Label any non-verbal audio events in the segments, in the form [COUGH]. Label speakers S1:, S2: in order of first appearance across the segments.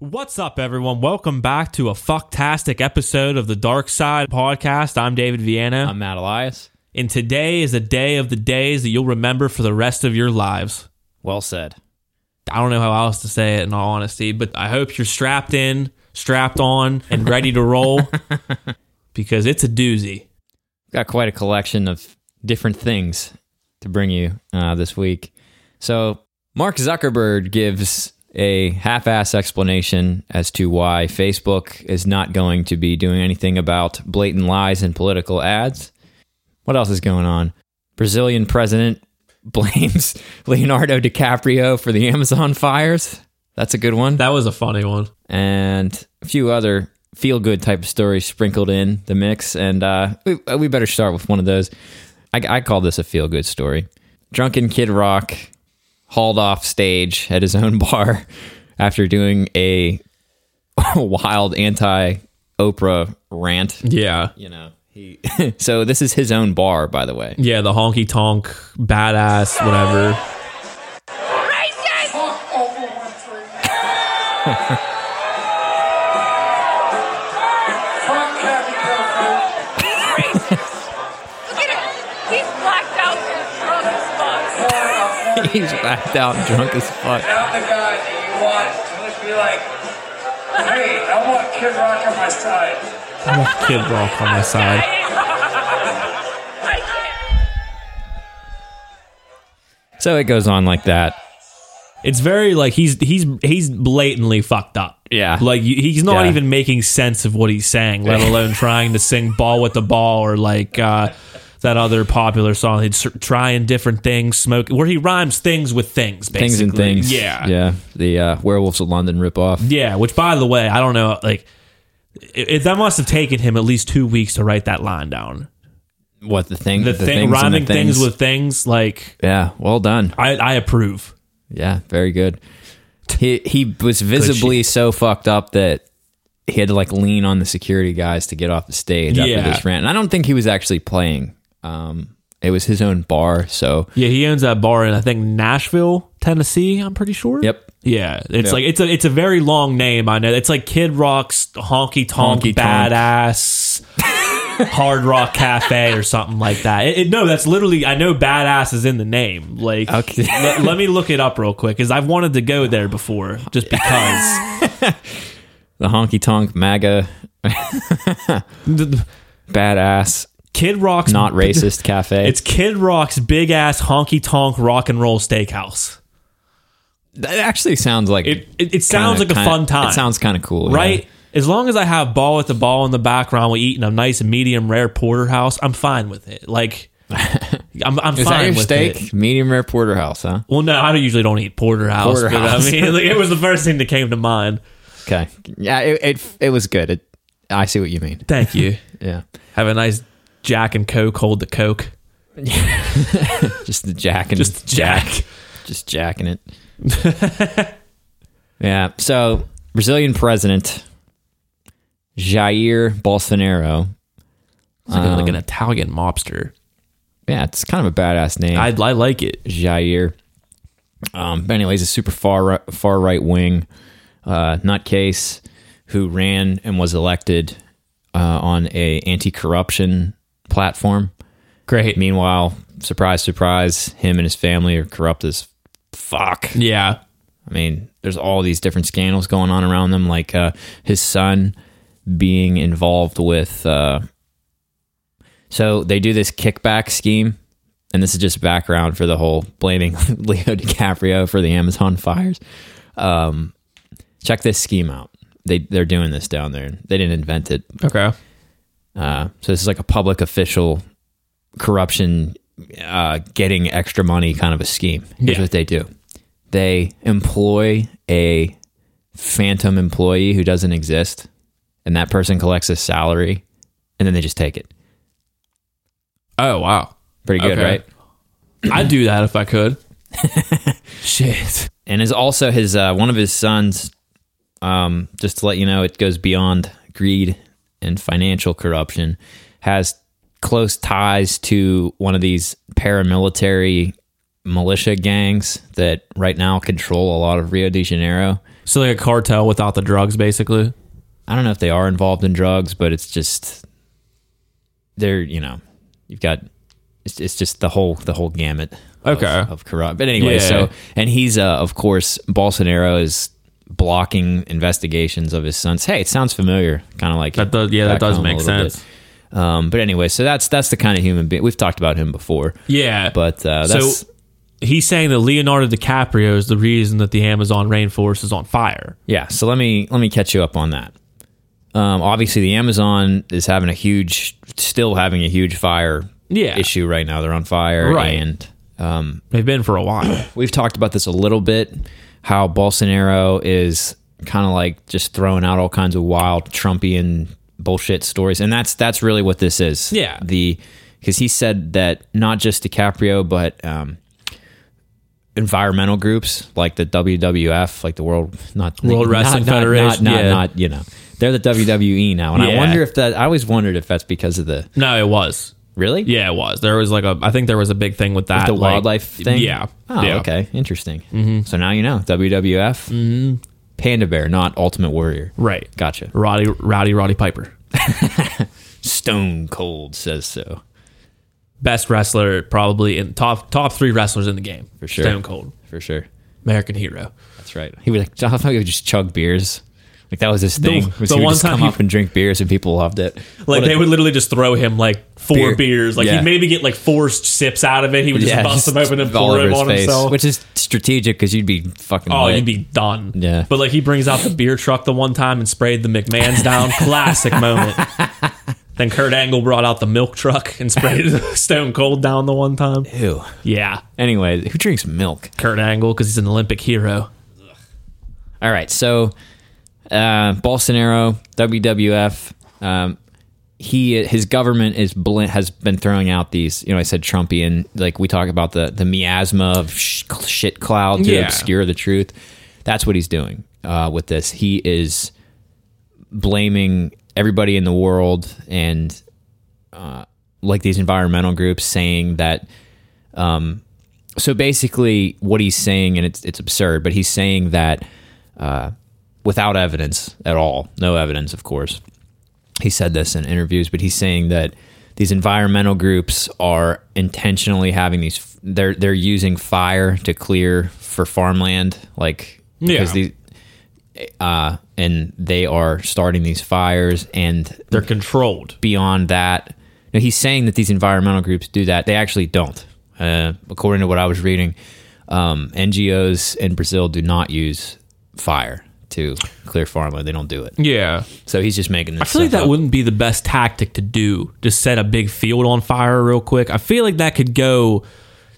S1: What's up, everyone? Welcome back to a fucktastic episode of the Dark Side Podcast. I'm David Vienna,
S2: [LAUGHS] I'm Matt Elias.
S1: and today is a day of the days that you'll remember for the rest of your lives.
S2: Well said.
S1: I don't know how else to say it in all honesty, but I hope you're strapped in, strapped on, and ready to roll because it's a doozy.
S2: Got quite a collection of different things to bring you uh, this week. So, Mark Zuckerberg gives a half ass explanation as to why Facebook is not going to be doing anything about blatant lies and political ads. What else is going on? Brazilian president [LAUGHS] blames Leonardo DiCaprio for the Amazon fires. That's a good one.
S1: That was a funny one.
S2: and a few other feel good type of stories sprinkled in the mix. And uh, we, we better start with one of those. I, I call this a feel good story. Drunken Kid Rock hauled off stage at his own [LAUGHS] bar after doing a [LAUGHS] wild anti Oprah rant.
S1: Yeah.
S2: You know, he. [LAUGHS] so this is his own bar, by the way. [LAUGHS]
S1: Yeah, the honky tonk, badass, whatever.
S3: racist! racist! Look at him. He's blacked out and drunk as fuck.
S2: He's backed out, drunk as fuck.
S4: Now the guy that you want to just be like, hey, I want Kid Rock on my side.
S1: I want Kid Rock on my side.
S3: [LAUGHS] I can't.
S2: So it goes on like that.
S1: It's very like he's he's he's blatantly fucked up.
S2: Yeah.
S1: like you- he's not
S2: Yeah.
S1: even making sense of what he's saying, let alone trying to sing "Ball with the Ball" or like uh, that other popular song. He's trying different things, smoke where he rhymes things with things, basically.
S2: Things and things.
S1: Yeah,
S2: Yeah. The uh, Werewolves of London ripoff.
S1: Yeah, Which, by the way, I don't know. Like, it, it- that must have taken him at least two weeks to write that line down.
S2: what the thing
S1: The,
S2: things
S1: thing,
S2: and the
S1: rhyming things. with things, like
S2: yeah well done
S1: I, I approve.
S2: yeah very good he he was visibly so fucked up that he had to like lean on the security guys to get off the stage
S1: Yeah.
S2: after this rant and i don't think he was actually playing um it was his own bar so
S1: Yeah, he owns that bar in I think Nashville, Tennessee. I'm pretty sure.
S2: Yep.
S1: Yeah, it's
S2: Yep.
S1: like it's a it's a very long name. I know it's like Kid Rock's honky tonk
S2: Honky Tonk. [LAUGHS]
S1: badass hard rock cafe or something like that. It, it- no, that's literally I know badass is in the name. Like, [LAUGHS]
S2: Okay.
S1: let, let me look it up real quick because I've wanted to go there before just because.
S2: the honky
S1: [LAUGHS]
S2: tonk maga
S1: The- the-
S2: badass
S1: Kid Rock's
S2: not racist
S1: [LAUGHS]
S2: cafe
S1: It's Kid Rock's big ass honky tonk rock and roll steakhouse.
S2: that actually sounds like
S1: It it, it sounds
S2: kinda-
S1: like a
S2: kinda-
S1: fun time.
S2: it sounds kind of cool yeah.
S1: right? As long as I have ball with the ball in the background, we eating a nice medium rare porterhouse. I'm fine with it.
S2: [LAUGHS]
S1: Like, I'm I'm
S2: is
S1: fine
S2: that your
S1: with
S2: steak
S1: it.
S2: medium rare porterhouse huh
S1: Well, no, I usually don't eat porterhouse. But I
S2: Porterhouse.
S1: mean, [LAUGHS] like, it was the first thing that came to mind.
S2: okay yeah it it, it was good it, i see what you mean
S1: Thank
S2: [LAUGHS]
S1: you.
S2: yeah
S1: have a nice Jack and Coke. Hold the Coke.
S2: Just the [LAUGHS] jack and
S1: Just [LAUGHS] Jack.
S2: [LAUGHS] just jacking it. [LAUGHS] yeah. So Brazilian president Jair Bolsonaro.
S1: It's like, a-
S2: Um,
S1: like an Italian mobster.
S2: Yeah, it's kind of a badass name.
S1: I I like it.
S2: Jair. Um, but anyways, a super far right, far right wing uh, nutcase who ran and was elected uh, on a anti corruption platform.
S1: Great.
S2: Meanwhile, surprise, surprise, him and his family are corrupt as fuck.
S1: Yeah.
S2: I mean, there's all these different scandals going on around them, like uh, his son being involved with. Uh, so they do this kickback scheme, and this is just background for the whole blaming [LAUGHS] Leo DiCaprio for the Amazon fires. Um, check this scheme out. They they're doing this down there. They didn't invent it.
S1: Okay.
S2: Uh, so this is like a public official corruption, uh, getting extra money kind of a scheme. Here's
S1: Yeah.
S2: what they do: they employ a phantom employee who doesn't exist, and that person collects a salary, and then they just take it.
S1: Oh wow.
S2: Pretty good,
S1: Okay.
S2: right?
S1: [CLEARS THROAT] I'd do that if I
S2: [LAUGHS]
S1: could. Shit.
S2: And is also his uh, one of his sons. Um, just to let you know, it goes beyond greed and financial corruption. Has close ties to one of these paramilitary militia gangs that right now control a lot of Rio de Janeiro.
S1: So like a cartel without the drugs, basically.
S2: I don't know if they are involved in drugs, but it's just they're you know you've got it's, it's just the whole the whole gamut of-
S1: Okay.
S2: of, corrupt. But anyway,
S1: Yeah.
S2: so and he's uh, of course Bolsonaro is blocking investigations of his sons. Hey, it sounds familiar, kind of like
S1: That does- yeah, that does
S2: .com a
S1: make
S2: little bit.
S1: sense.
S2: Um, but anyway, so that's that's the kind of human being we've talked about him before.
S1: Yeah,
S2: But uh, that's
S1: so he's saying that Leonardo DiCaprio is the reason that the Amazon rainforest is on fire.
S2: Yeah, so let me let me catch you up on that. Um, obviously, the Amazon is having a huge, still having a huge fire
S1: Yeah.
S2: issue right now. They're on fire,
S1: Right.
S2: And
S1: They've been for a
S2: [CLEARS THROAT]
S1: while.
S2: we've talked about this a little bit. How Bolsonaro is kind of like just throwing out all kinds of wild Trumpian bullshit stories, and that's that's really what this is.
S1: Yeah.
S2: the because he said that not just DiCaprio, but um, environmental groups like the WWF, like the World not
S1: World
S2: not-
S1: Wrestling
S2: not-
S1: Federation,
S2: not, not,
S1: yeah.
S2: not, you know they're the WWE now, and I
S1: Yeah.
S2: wonder if that I always wondered if that's because of the
S1: no, it was.
S2: really
S1: Yeah, it was. There was like a. I think there was a big thing with that.
S2: the
S1: like-
S2: wildlife thing.
S1: Yeah.
S2: Oh,
S1: yeah. Mm-hmm.
S2: okay. Interesting. So now you know WWF, Panda Bear, not Ultimate Warrior.
S1: Right.
S2: Gotcha.
S1: Roddy, Rowdy, Roddy Piper,
S2: Stone Cold says so
S1: best wrestler probably in top top three wrestlers in the game for
S2: sure.
S1: Stone Cold,
S2: for sure.
S1: American hero.
S2: That's right. He would like. I thought he would just chug beers. Like that was his thing. was
S1: the
S2: he would
S1: one
S2: just
S1: time
S2: come
S1: he-
S2: up and drink beers, and people loved it.
S1: Like
S2: What a-
S1: they would literally just throw him like four
S2: Beer.
S1: beers. Like
S2: Yeah.
S1: he'd maybe get like four sips out of it. He would just
S2: [LAUGHS] Yeah,
S1: bust
S2: just
S1: them open and
S2: all
S1: pour
S2: over
S1: him
S2: his
S1: on
S2: face,
S1: himself.
S2: which is strategic because you'd be fucking.
S1: Oh,
S2: lit.
S1: you'd be done.
S2: Yeah.
S1: But like he brings out the beer truck the one time and sprayed the McMahons [LAUGHS] down. Classic moment. Then Kurt Angle brought out the milk truck and sprayed [LAUGHS] Stone Cold down the one time.
S2: Ew.
S1: Yeah.
S2: Anyway, who drinks milk?
S1: Kurt Angle because he's an Olympic hero.
S2: All right, so uh, Bolsonaro, WWF, um, he his government is bl- has been throwing out these. You know, I said Trumpian. Like we talk about the the miasma of sh- shit cloud to
S1: Yeah.
S2: obscure the truth. That's what he's doing uh, with this. He is blaming everybody in the world and uh, like these environmental groups saying that so basically what he's saying and it's it's absurd but he's saying that uh, without evidence at all no evidence of course he said this in interviews but he's saying that these environmental groups are intentionally having these they're they're using fire to clear for farmland like because
S1: Yeah.
S2: these uh and they are starting these fires and
S1: They're controlled.
S2: beyond that. No, he's saying that these environmental groups do that. They actually don't. Uh, according to what I was reading, um, NGOs in Brazil do not use fire to clear farmland. They don't do it.
S1: Yeah.
S2: So he's just making this.
S1: I feel like that wouldn't be the best tactic to do. Just set a big field on fire real quick. I feel like that could go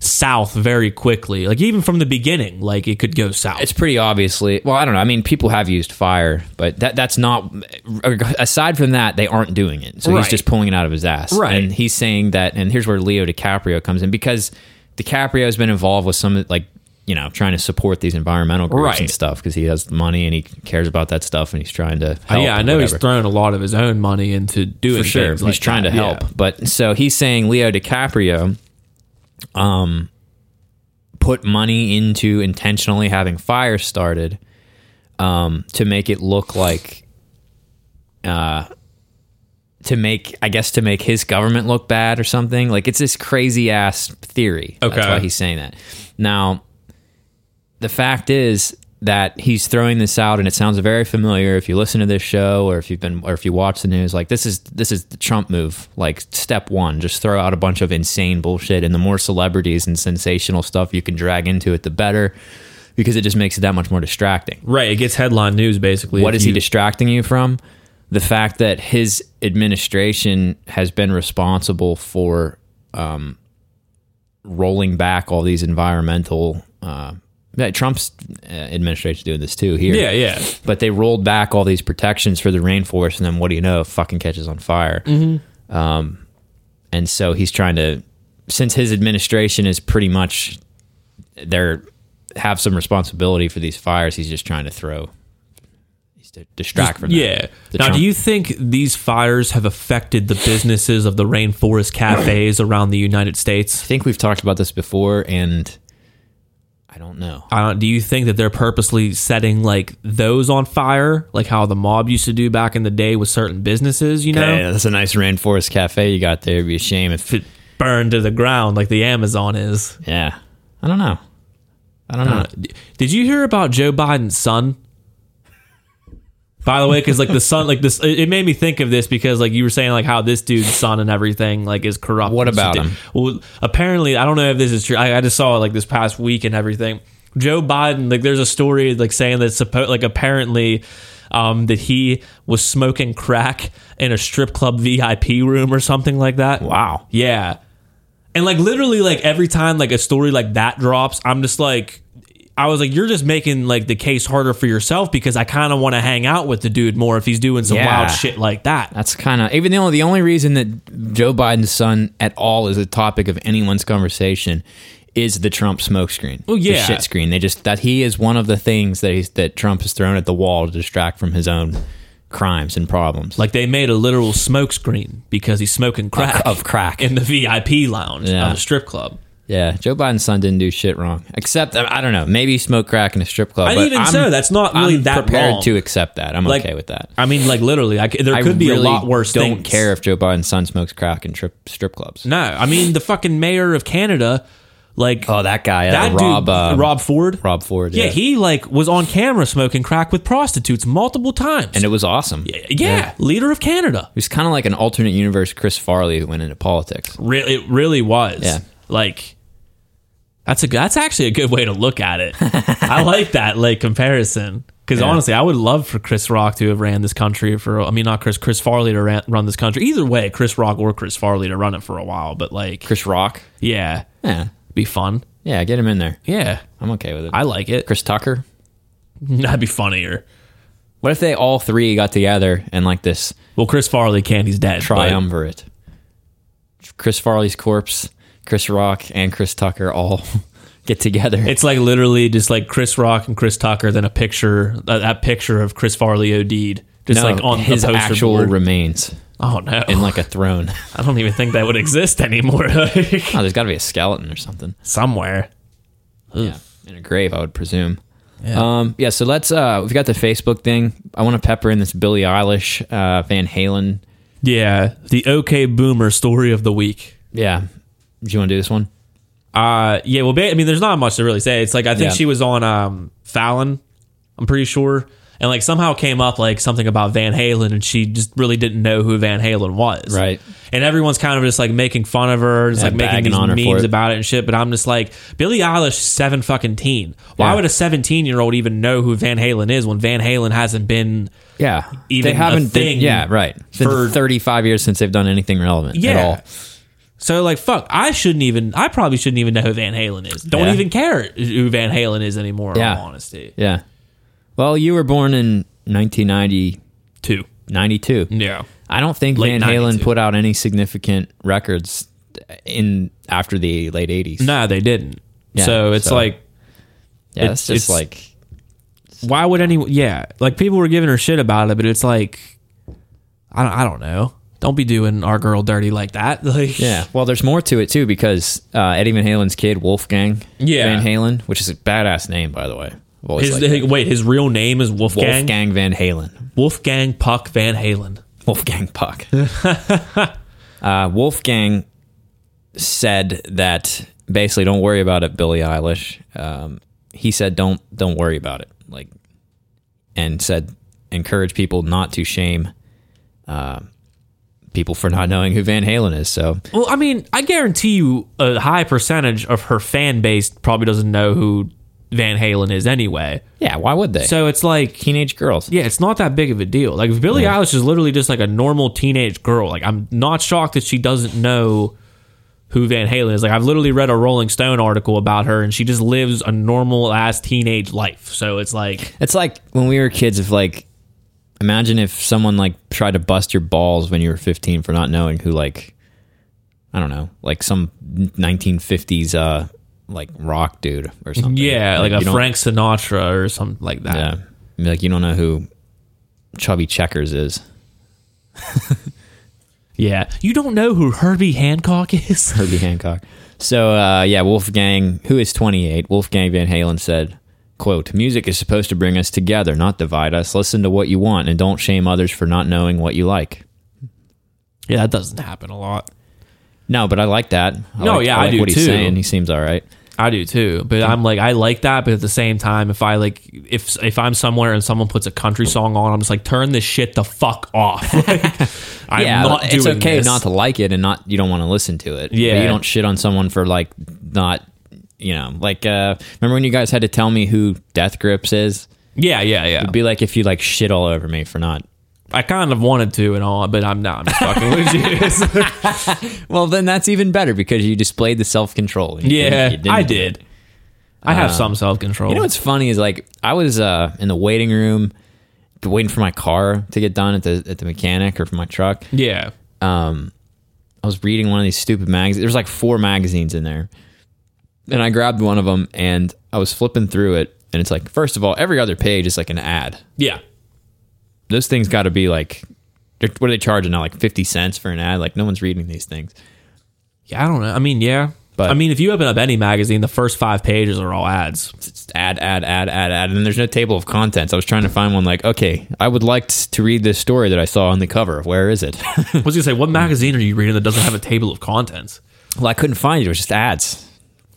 S1: south very quickly. Like even from the beginning, like it could go south.
S2: It's pretty obviously. Well, I don't know. I mean, people have used fire, but that that's not. Aside from that, they aren't doing it. So
S1: Right.
S2: he's just pulling it out of his ass.
S1: Right.
S2: And he's saying that. And here's where Leo DiCaprio comes in because DiCaprio has been involved with some like you know trying to support these environmental groups
S1: Right.
S2: and stuff because he has money and he cares about that stuff and he's trying to.
S1: Oh,
S2: Help
S1: yeah, I
S2: and
S1: know
S2: whatever.
S1: he's thrown a lot of his own money into doing
S2: for sure.
S1: things
S2: He's
S1: like
S2: trying
S1: that.
S2: to help,
S1: Yeah.
S2: but so he's saying Leo DiCaprio, um, put money into intentionally having fire started, um, to make it look like, uh, to make I guess to make his government look bad or something. Like it's this crazy ass theory.
S1: Okay.
S2: that's why he's saying that. Now, the fact is. That he's throwing this out, and it sounds very familiar. If you listen to this show, or if you've been, or if you watch the news, like this is this is the Trump move. Like step one, just throw out a bunch of insane bullshit, and the more celebrities and sensational stuff you can drag into it, the better, because it just makes it that much more distracting.
S1: Right, it gets headline news basically.
S2: What
S1: if
S2: is he
S1: you-
S2: distracting you from? The fact that his administration has been responsible for um, rolling back all these environmental. Uh, yeah, Trump's uh, administration doing this too here.
S1: Yeah, yeah.
S2: But they rolled back all these protections for the rainforest, and then what do you know? It fucking catches on fire. Um,
S1: Mm-hmm.
S2: and so he's trying to, since his administration is pretty much they're have some responsibility for these fires. He's just trying to throw, he's to distract from that.
S1: Yeah.
S2: The
S1: now,
S2: Trump-
S1: do you think these fires have affected the businesses of the
S2: [CLEARS THROAT]
S1: rainforest cafes around the United States?
S2: I think we've talked about this before, and I don't know.
S1: Uh, do you think that they're purposely setting like those on fire, like how the mob used to do back in the day with certain businesses? You know,
S2: Hey, that's a nice rainforest cafe you got there. It'd be a shame if.
S1: if it burned to the ground like the Amazon is.
S2: Yeah. I don't know. I don't know.
S1: D- Uh, Did you hear about Joe Biden's son? By the way, because like the son, like this, it it made me think of this because like you were saying, like how this dude's son and everything like is corrupt.
S2: What
S1: and shit.
S2: about him?
S1: Well, apparently, I don't know if this is true. I, I just saw it like this past week and everything. Joe Biden, like there's a story like saying that suppo- like apparently. Um, that he was smoking crack in a strip club VIP room or something like that.
S2: Wow.
S1: Yeah. And like literally like every time like a story like that drops, I'm just like I was like, you're just making like the case harder for yourself because I kind of want to hang out with the dude more if he's doing some
S2: Yeah.
S1: wild shit like that.
S2: That's kind of even though the only reason that Joe Biden's son at all is a topic of anyone's conversation is the Trump smokescreen. Oh
S1: yeah.
S2: the shit screen. They just that he is one of the things that he's, that Trump has thrown at the wall to distract from his own crimes and problems.
S1: Like they made a literal smoke screen because he's smoking crack
S2: of crack.
S1: in the VIP lounge
S2: Yeah.
S1: of a strip club.
S2: yeah, Joe Biden's son didn't do shit wrong, except I I don't know, maybe he smoked crack in a strip club.
S1: And
S2: but
S1: even
S2: I'm,
S1: so, that's not really
S2: I'm
S1: that
S2: prepared
S1: wrong.
S2: to accept that. I'm
S1: Like,
S2: okay with that.
S1: I mean, like literally, I, c- there could
S2: I
S1: be
S2: really
S1: a lot worse.
S2: Don't
S1: things.
S2: care if Joe Biden's son smokes crack in trip, strip clubs.
S1: No, I mean the fucking mayor of Canada, like
S2: Oh, that guy, uh,
S1: that
S2: Rob,
S1: dude,
S2: uh,
S1: Rob Ford,
S2: Rob Ford.
S1: Yeah, he like was on camera smoking crack with prostitutes multiple times.
S2: and it was awesome.
S1: yeah, leader of Canada.
S2: He was kind of like an alternate universe Chris Farley who went into politics.
S1: Re- it really was.
S2: Yeah.
S1: Like that's a that's actually a good way to look at it. [LAUGHS] I like that like comparison because
S2: Yeah.
S1: honestly, I would love for Chris Rock to have ran this country for. I mean, not Chris Chris Farley to ran, run this country. Either way, Chris Rock or Chris Farley to run it for a while. But like,
S2: Chris Rock.
S1: yeah,
S2: Yeah.
S1: be fun.
S2: Yeah, get him in there.
S1: Yeah,
S2: I'm okay with it.
S1: I like it. [LAUGHS]
S2: Chris Tucker.
S1: That'd be funnier.
S2: What if they all three got together and like this
S1: Well, Chris Farley can't. He's dead. but-
S2: triumvirate? Chris Farley's corpse, Chris Rock, and Chris Tucker all [LAUGHS] get together.
S1: It's like literally just like Chris Rock and Chris Tucker, then a picture, uh, that picture of Chris Farley OD'd, just
S2: No,
S1: like on
S2: his
S1: the poster
S2: actual
S1: board.
S2: remains
S1: oh no,
S2: in
S1: [LAUGHS]
S2: like a throne.
S1: I don't even think that would exist anymore. [LAUGHS] like,
S2: oh, there's got to be a skeleton or something.
S1: somewhere.
S2: yeah, in a grave, I would presume. Yeah. Um, yeah. So let's. Uh, we've got the Facebook thing. I want to pepper in this Billie Eilish, uh, Van Halen.
S1: Yeah, the OK Boomer story of the week.
S2: Yeah. Do you want to do this one?
S1: Uh, yeah. Well, ba- I mean, there's not much to really say. It's like I think
S2: Yeah.
S1: she was on um, Fallon. I'm pretty sure, and like somehow came up like something about Van Halen, and she just really didn't know who Van Halen was.
S2: Right.
S1: And everyone's kind of just like making fun of her, just
S2: Yeah,
S1: like making
S2: bagging
S1: these
S2: on her for
S1: memes
S2: it.
S1: about it and shit. But I'm just like Billie Eilish, is seven fucking teen. Why
S2: Yeah.
S1: would a 17 year old even know who Van Halen is when Van Halen hasn't been?
S2: Yeah.
S1: Even
S2: they
S1: a
S2: haven't.
S1: thing
S2: they- yeah. Right. It's been
S1: for-
S2: 35 years since they've done anything relevant at
S1: Yeah.
S2: all.
S1: So like fuck, I shouldn't even. I probably shouldn't even know who Van Halen is. Don't
S2: Yeah.
S1: even care who Van Halen is anymore. In
S2: Yeah.
S1: all honesty,
S2: Yeah. Well, you were born in 1990,
S1: two.
S2: 92.
S1: Yeah.
S2: I don't think
S1: Late
S2: Van Halen
S1: 92.
S2: put out any significant records in after the late 80s.
S1: No, they didn't.
S2: Yeah,
S1: so it's
S2: so-
S1: like,
S2: Yeah. It's,
S1: it's-
S2: just
S1: it's-
S2: like.
S1: why would anyone? Yeah, like people were giving her shit about it, but it's like, I don't, I don't know. Don't be doing our girl dirty like that. [LAUGHS] Like,
S2: Yeah. Well, there's more to it too because uh, Eddie Van Halen's kid, Wolfgang
S1: Yeah.
S2: Van Halen, which is a badass name by the way. I've always
S1: His,
S2: liked that.
S1: wait, his real name is Wolfgang. Wolfgang,
S2: Wolfgang Van Halen. [LAUGHS]
S1: Puck Van Halen.
S2: Wolfgang
S1: [LAUGHS]
S2: Puck. uh, Wolfgang said that basically, don't worry about it, Billie Eilish. Um, he said, don't don't worry about it, like, and said encourage people not to shame uh, people for not knowing who Van Halen is. So
S1: Well, I mean, I guarantee you a high percentage of her fan base probably doesn't know who Van Halen is anyway.
S2: yeah, why would they?
S1: So it's like
S2: teenage girls.
S1: Yeah, it's not that big of a deal. Like if Billie Eilish is literally just like a normal teenage girl. Like I'm not shocked that she doesn't know who Van Halen is. Like I've literally read a Rolling Stone article about her, and she just lives a normal ass teenage life. So it's like,
S2: It's like when we were kids. If like, imagine if someone like tried to bust your balls when you were 15 for not knowing who like, I don't know, like some 1950s uh like rock dude or something.
S1: yeah, like,
S2: you
S1: a
S2: don't-
S1: Frank Sinatra or something like that.
S2: Yeah, like you don't know who Chubby Checkers is.
S1: Yeah. You don't know who Herbie Hancock is? [LAUGHS]
S2: [LAUGHS] Herbie Hancock. So uh, yeah, Wolfgang, who is 28, Wolfgang Van Halen said, "quote Music is supposed to bring us together, not divide us. Listen to what you want, and don't shame others for not knowing what you like."
S1: yeah, that doesn't happen a lot.
S2: No, but I like that. I
S1: No,
S2: like,
S1: yeah,
S2: I,
S1: I
S2: like
S1: do
S2: what
S1: too.
S2: he's saying. He seems all right.
S1: I do too, but I'm like I like that, but at the same time, if I like if if I'm somewhere and someone puts a country song on, I'm just like turn this shit the fuck off. [LAUGHS] Like, I'm
S2: yeah,
S1: not doing
S2: it's okay
S1: this.
S2: not to like it and not you don't want to listen to it. But
S1: Yeah.
S2: you don't shit on someone for like not you know like uh remember when you guys had to tell me who Death Grips is?
S1: Yeah, yeah, yeah.
S2: It'd be like if you like shit all over me for not.
S1: I kind of wanted to and all, but I'm not. I'm just fucking with
S2: [LAUGHS]
S1: you.
S2: Well, then that's even better because you displayed the self control.
S1: yeah, I did. I have some self control.
S2: Uh, You know what's funny is like I was uh, in the waiting room waiting for my car to get done at the at the mechanic or for my truck.
S1: yeah,
S2: I was reading one of these stupid magazines. There was like four magazines in there. And I grabbed one of them and I was flipping through it and it's like first of all, every other page is like an ad.
S1: yeah,
S2: Those things got to be like they're- what are they charging now like 50 cents for an ad? Like no one's reading these things.
S1: yeah. I don't know. I mean, yeah,
S2: But-
S1: I mean, if you open up any magazine, the first five pages are all
S2: [LAUGHS]
S1: ads.
S2: It's just ad ad ad ad ad and there's no table of contents. I was trying to find one like, okay, I would like t- to read this story that I saw on the cover. Where is it? [LAUGHS]
S1: I was gonna say, what magazine are you reading that doesn't have a table of contents?
S2: well, I couldn't find it. It was just ads,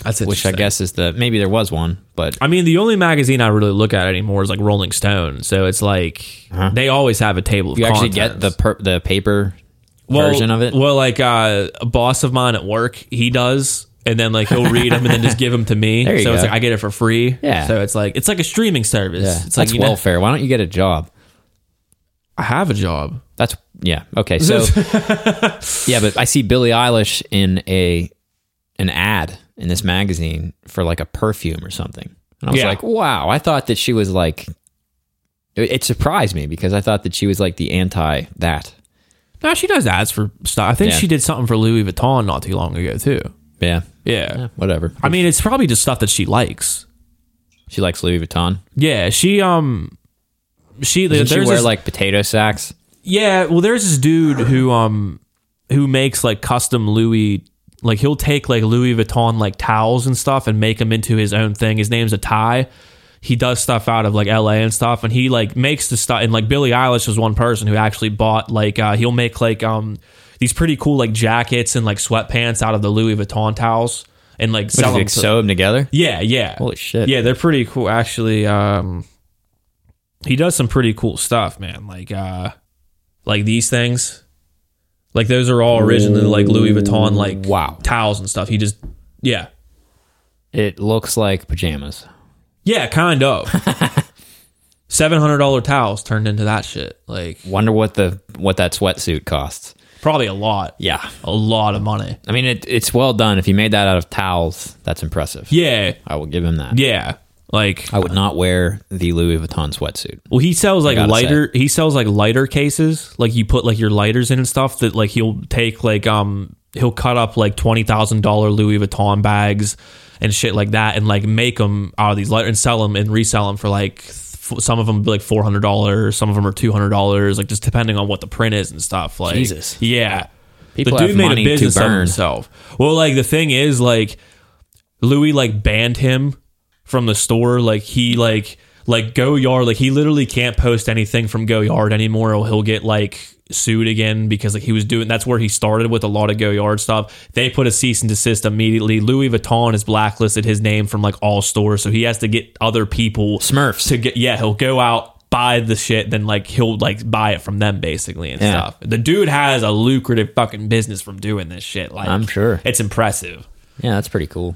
S1: That's
S2: which I
S1: interesting.
S2: guess is the maybe there was one, but
S1: I mean, the only magazine I really look at anymore is like Rolling Stone. So it's like they always have a table of
S2: Uh-huh. you actually get
S1: contents.
S2: the per- the paper
S1: well,
S2: version of it.
S1: Well, like uh, a boss of mine at work, he does, and then like he'll read them and then just give them to me.
S2: [LAUGHS] There you
S1: so it's
S2: go.
S1: like I get it for free.
S2: Yeah.
S1: So it's like it's like a streaming service.
S2: Yeah,
S1: It's like
S2: that's
S1: you know,
S2: welfare. Why don't you get a job?
S1: I have a job.
S2: That's yeah.
S1: [LAUGHS]
S2: Okay, so yeah, but I see Billie Eilish in a an ad in this magazine for like a perfume or something, and I was
S1: Yeah.
S2: like, wow. I thought that she was like. It, it surprised me because I thought that she was like the anti that.
S1: No, she does ads for stuff. I think
S2: Yeah.
S1: she did something for Louis Vuitton not too long ago too.
S2: Yeah.
S1: Yeah.
S2: Whatever.
S1: I mean, it's probably just stuff that she likes.
S2: she likes Louis Vuitton.
S1: Yeah, she um, she
S2: Doesn't she
S1: there's
S2: wear
S1: this-
S2: like potato sacks?
S1: Yeah, well, there's this dude who um who makes like custom Louis. Like he'll take like Louis Vuitton like towels and stuff and make them into his own thing. His name's a tie. He does stuff out of like LA and stuff, and he like makes the stuff. And like Billie Eilish was one person who actually bought like uh, he'll make like um these pretty cool like jackets and like sweatpants out of the Louis Vuitton towels and like
S2: Would
S1: sell
S2: you
S1: them.
S2: like,
S1: to-
S2: sew them together?
S1: yeah, yeah.
S2: Holy shit.
S1: Yeah, they're pretty cool. Actually, um, he does some pretty cool stuff, man. Like, uh, like these things. Like those are all originally like Louis Vuitton like
S2: Wow.
S1: towels and stuff. He just yeah
S2: It looks like pajamas.
S1: yeah kind
S2: [LAUGHS]
S1: of seven hundred dollar towels turned into that shit. Like
S2: Wonder what the what that sweatsuit costs.
S1: probably a lot
S2: Yeah.
S1: a lot of money.
S2: I mean, it, it's well done. If he made that out of towels, that's impressive.
S1: Yeah
S2: I will give him that.
S1: yeah like
S2: I would not wear the Louis Vuitton sweatsuit.
S1: Well, he sells like
S2: gotta
S1: lighter. He sells like lighter cases. Like you put like your lighters in and stuff. That like he'll take like um he'll cut up like twenty thousand dollar Louis Vuitton bags and shit like that, and like make them out of these lighter and sell them and resell them for like f- some of them like four hundred dollars, some of them are two hundred dollars, like just depending on what the print is and stuff. Like
S2: Jesus.
S1: yeah.
S2: People have money to
S1: of
S2: burn.
S1: himself. Well, like the thing is, like Louis like banned him from the store. Like he like like Go Yard. Like he literally can't post anything from Go Yard anymore. Or he'll get like sued again because like he was doing. That's where he started with a lot of Go Yard stuff. They put a cease and desist immediately. Louis Vuitton has blacklisted his name from like all stores, so he has to get other people
S2: Smurfs.
S1: to get. Yeah, he'll go out. Buy the shit, then like he'll like buy it from them basically and
S2: Yeah.
S1: stuff. The dude has a lucrative fucking business from doing this shit. Like
S2: I'm sure.
S1: it's impressive
S2: Yeah, that's pretty cool.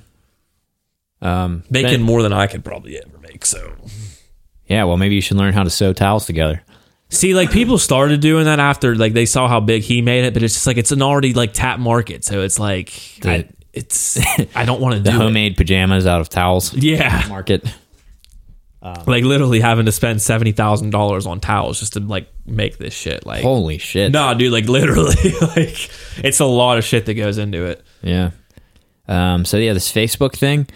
S1: making
S2: Then-
S1: more than I could probably ever make. So
S2: Yeah, well, maybe you should learn how to sew towels together.
S1: see, like people started doing that after like they saw how big he made it, but it's just like it's an already like tap market, so it's like I,
S2: The-
S1: it's
S2: [LAUGHS]
S1: I don't want to do
S2: The
S1: it.
S2: homemade pajamas out of towels.
S1: Yeah,
S2: Market.
S1: like literally having to spend seventy thousand dollars on towels just to like make this shit. Like
S2: Holy shit.
S1: no, dude, like literally, [LAUGHS] like it's a lot of shit that goes into it.
S2: Yeah. Um, so yeah, this Facebook thing.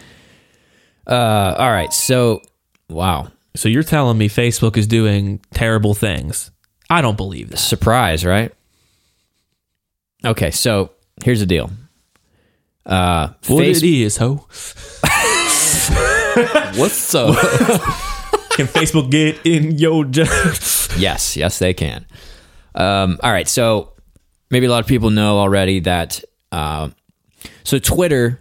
S2: Uh, all right. So wow,
S1: So you're telling me Facebook is doing terrible things? I don't believe this.
S2: surprise, right? Okay, so here's the deal. Uh,
S1: What
S2: face-
S1: it is, ho?
S2: what's so?
S1: Can Facebook get in your job?
S2: [LAUGHS] yes, yes, they can. Um, all right, so maybe a lot of people know already that. Uh, so Twitter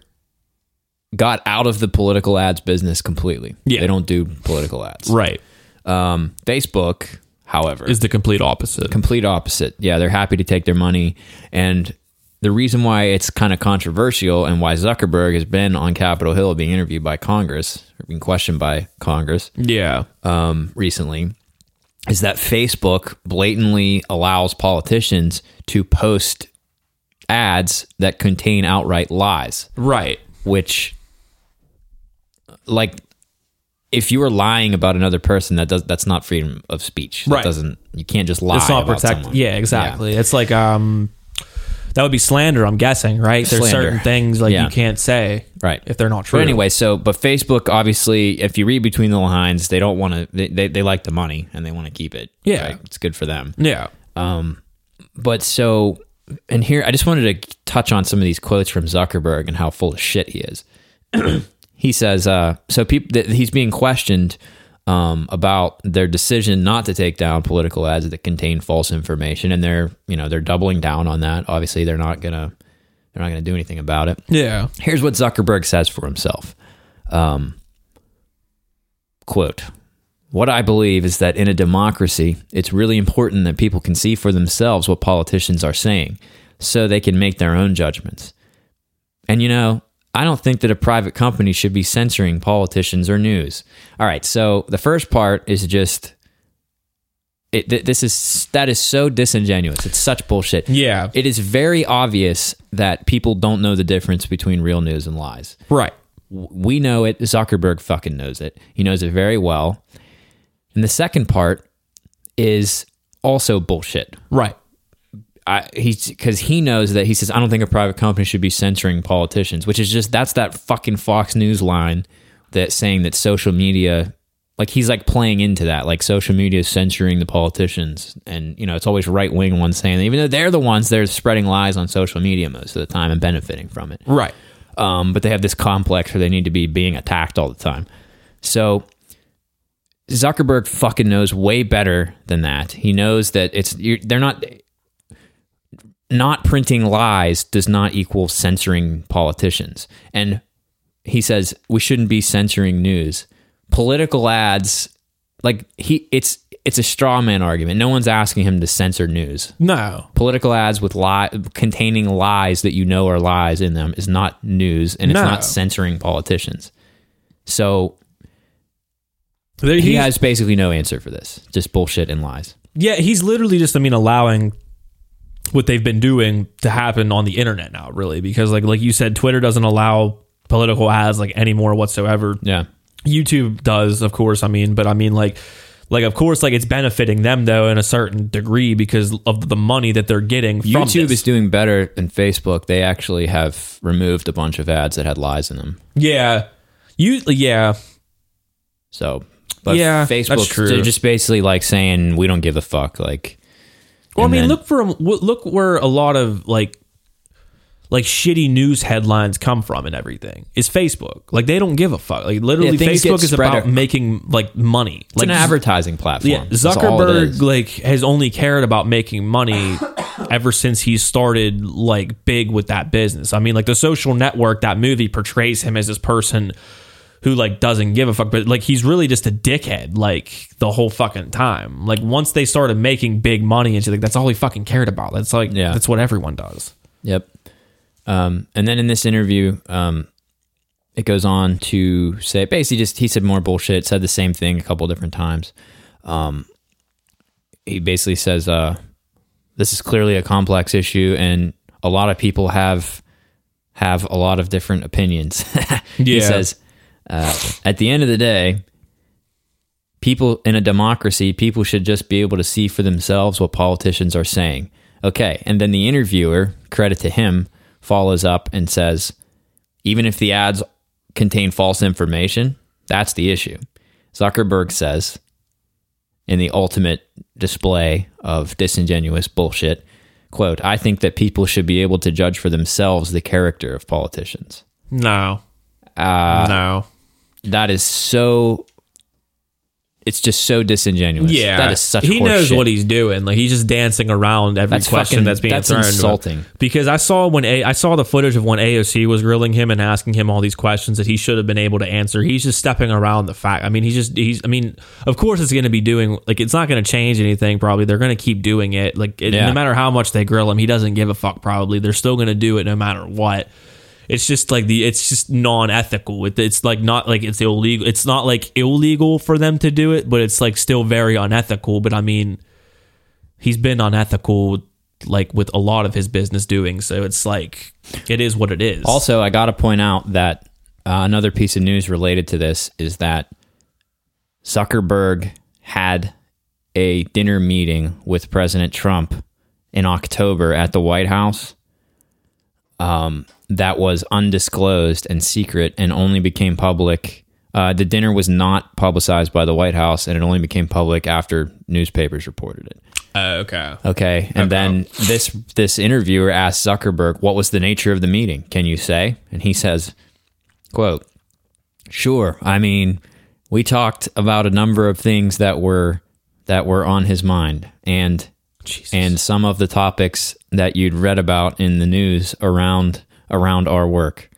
S2: got out of the political ads business completely.
S1: Yeah.
S2: they don't do political
S1: [LAUGHS]
S2: ads.
S1: right
S2: Um, Facebook, however,
S1: is the complete opposite.
S2: complete opposite. Yeah, they're happy to take their money. And the reason why it's kind of controversial and why Zuckerberg has been on Capitol Hill being interviewed by Congress, or being questioned by Congress
S1: yeah,
S2: um, recently, is that Facebook blatantly allows politicians to post ads that contain outright lies,
S1: right.
S2: which, like, if you are lying about another person, that does that's not freedom of speech. That
S1: Right.
S2: doesn't you can't just lie.
S1: It's not
S2: about
S1: protect.
S2: someone.
S1: Yeah, exactly. It's like um, that would be slander. I'm guessing, right? There's
S2: Slander.
S1: certain things like
S2: Yeah.
S1: you can't say,
S2: Right.
S1: If they're not true.
S2: But anyway, so but Facebook obviously, if you read between the lines, they don't want to. They, they they like the money and they want to keep it.
S1: Yeah.
S2: it's good for them.
S1: yeah,
S2: But so, and here I just wanted to touch on some of these quotes from Zuckerberg and how full of shit he is. [CLEARS THROAT] he says, uh, so people th- he's being questioned um, about their decision not to take down political ads that contain false information, and they're you know they're doubling down on that. Obviously, they're not gonna they're not gonna do anything about it.
S1: yeah,
S2: Here's what Zuckerberg says for himself. Um, quote, what I believe is that in a democracy, it's really important that people can see for themselves what politicians are saying so they can make their own judgments. And you know, I don't think that a private company should be censoring politicians or news. All right, so the first part is just it, th- this is that is so disingenuous. It's such bullshit.
S1: Yeah.
S2: It is very obvious that people don't know the difference between real news and lies.
S1: right.
S2: We know it. Zuckerberg fucking knows it. He knows it very well. And the second part is also bullshit.
S1: Right.
S2: I, he's because he knows that he says I don't think a private company should be censoring politicians, which is just that's that fucking Fox News line that saying that social media, like he's like playing into that, like social media is censoring the politicians, and you know it's always right wing ones saying that, even though they're the ones that are spreading lies on social media most of the time and benefiting from it,
S1: Right.
S2: um, but they have this complex where they need to be being attacked all the time. So Zuckerberg fucking knows way better than that. He knows that it's you're, they're not not printing lies does not equal censoring politicians. And he says we shouldn't be censoring news. Political ads like he it's it's a straw man argument. No one's asking him to censor news
S1: No.
S2: political ads with lie containing lies that you know are lies in them is not news and it's
S1: No.
S2: not censoring politicians. So
S1: There,
S2: he
S1: he's-
S2: has basically no answer for this. Just bullshit and lies.
S1: Yeah, he's literally just I mean allowing what they've been doing to happen on the internet now, really, because like like you said, Twitter doesn't allow political ads like anymore whatsoever.
S2: Yeah.
S1: YouTube does, of course. I mean, but I mean like like of course like it's benefiting them though in a certain degree because of the money that they're getting from
S2: YouTube
S1: this.
S2: is doing better than Facebook. They actually have removed a bunch of ads that had lies in them.
S1: yeah. You yeah.
S2: So, but
S1: Yeah, that's
S2: Facebook
S1: true.
S2: they're just basically like saying we don't give a fuck like
S1: Well,
S2: And
S1: I mean,
S2: then-
S1: look for look where a lot of like like shitty news headlines come from and everything is Facebook. Like they don't give a fuck. Like literally,
S2: Yeah, things get
S1: Facebook is
S2: spread
S1: about
S2: ac-
S1: making like money.
S2: it's
S1: like
S2: an advertising platform.
S1: yeah,
S2: That's all it
S1: Zuckerberg
S2: is.
S1: like has only cared about making
S2: [COUGHS]
S1: money ever since he started like big with that business. I mean, like the social network, that movie portrays him as this person who like doesn't give a fuck, but like he's really just a dickhead like the whole fucking time. Like once they started making big money and shit, like that's all he fucking cared about. That's like
S2: Yeah.
S1: that's what everyone does.
S2: Yep. Um, and then in this interview, um, it goes on to say basically just he said more bullshit, said the same thing a couple different times. Um, he basically says, uh, "This is clearly a complex issue, and a lot of people have have a lot of different opinions." [LAUGHS] he
S1: Yeah.
S2: says, uh, "At the end of the day." People in a democracy, people should just be able to see for themselves what politicians are saying. Okay. And then the interviewer, credit to him, follows up and says, even if the ads contain false information, that's the issue. Zuckerberg says, in the ultimate display of disingenuous bullshit, Quote, I think that people should be able to judge for themselves the character of politicians.
S1: No.
S2: uh,
S1: no.
S2: That is so. It's just so disingenuous.
S1: Yeah,
S2: that is such.
S1: He knows
S2: horseshit.
S1: what he's doing. Like he's just dancing around every
S2: That's
S1: question
S2: fucking-
S1: that's being
S2: that's
S1: thrown. to him.
S2: insulting.
S1: Because I saw when A- I saw the footage of when AOC was grilling him and asking him all these questions that he should have been able to answer. He's just stepping around the fact. I mean, he's just he's. I mean, of course it's going to be doing like it's not going to change anything. Probably they're going to keep doing it. Like it,
S2: Yeah.
S1: no matter how much they grill him, he doesn't give a fuck. Probably they're still going to do it no matter what. It's just like the it's just non-ethical. It, it's like not like it's illegal. It's not like illegal for them to do it, but it's like still very unethical. But I mean, he's been unethical like with a lot of his business doing, so it's like it is what it is.
S2: Also, I got to point out that uh, another piece of news related to this is that Zuckerberg had a dinner meeting with President Trump in October at the White House. Um, that was undisclosed and secret, and only became public. Uh, the dinner was not publicized by the White House, and it only became public after newspapers reported it.
S1: okay.
S2: Okay, and [LAUGHS] then this this interviewer asked Zuckerberg, "What was the nature of the meeting? Can you say?" And he says, "Quote, sure. I mean, we talked about a number of things that were that were on his mind, and and some of the topics that you'd read about in the news around around our work.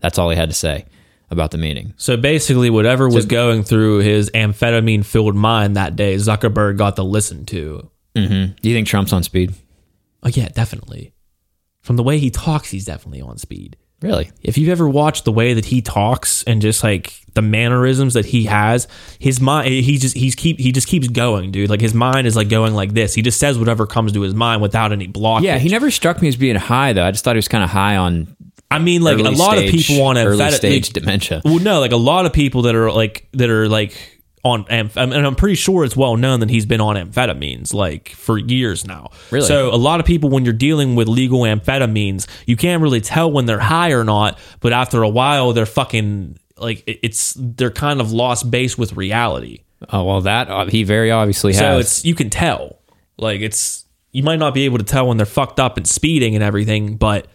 S2: That's all he had to say about the meeting.
S1: So basically, whatever was going through his amphetamine-filled mind that day, Zuckerberg got to listen to.
S2: Do you think Trump's on speed?
S1: Oh yeah, definitely. From the way he talks, he's definitely on speed.
S2: Really?
S1: if you've ever watched the way that he talks and just like the mannerisms that he has, his mind he just he's keep he just keeps going, dude. Like his mind is like going like this. He just says whatever comes to his mind without any block.
S2: Yeah, he never struck me as being high though. I just thought he was kind of high on
S1: I mean, like a
S2: early
S1: lot of
S2: stage-
S1: people on
S2: early
S1: amphetamine.
S2: stage dementia.
S1: Well, no, like a lot of people that are like that are like on amph- and I'm pretty sure it's well known that he's been on amphetamines like for years now.
S2: Really?
S1: So a lot of people, when you're dealing with legal amphetamines, you can't really tell when they're high or not. But after a while, they're fucking like it- it's they're kind of lost base with reality.
S2: Oh well, that uh, he very obviously has.
S1: So it's you can tell. Like it's you might not be able to tell when they're fucked up and speeding and everything, but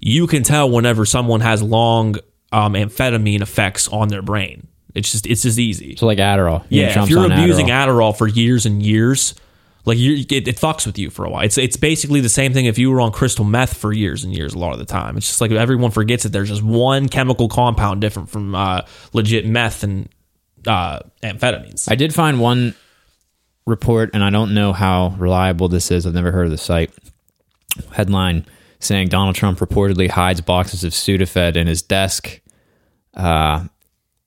S1: you can tell whenever someone has long um, amphetamine effects on their brain. It's just it's just easy.
S2: So, like Adderall. You
S1: yeah,
S2: and
S1: if
S2: Trump's
S1: you're
S2: on
S1: abusing
S2: Adderall.
S1: Adderall. for years and years, like you it, it fucks with you for a while. It's it's basically the same thing if you were on crystal meth for years and years. A lot of the time, it's just like everyone forgets that there's just one chemical compound different from uh, legit meth and uh, amphetamines.
S2: I did find one report, and I don't know how reliable this is. I've never heard of the site. Headline saying Donald Trump reportedly hides boxes of Sudafed in his desk. Uh,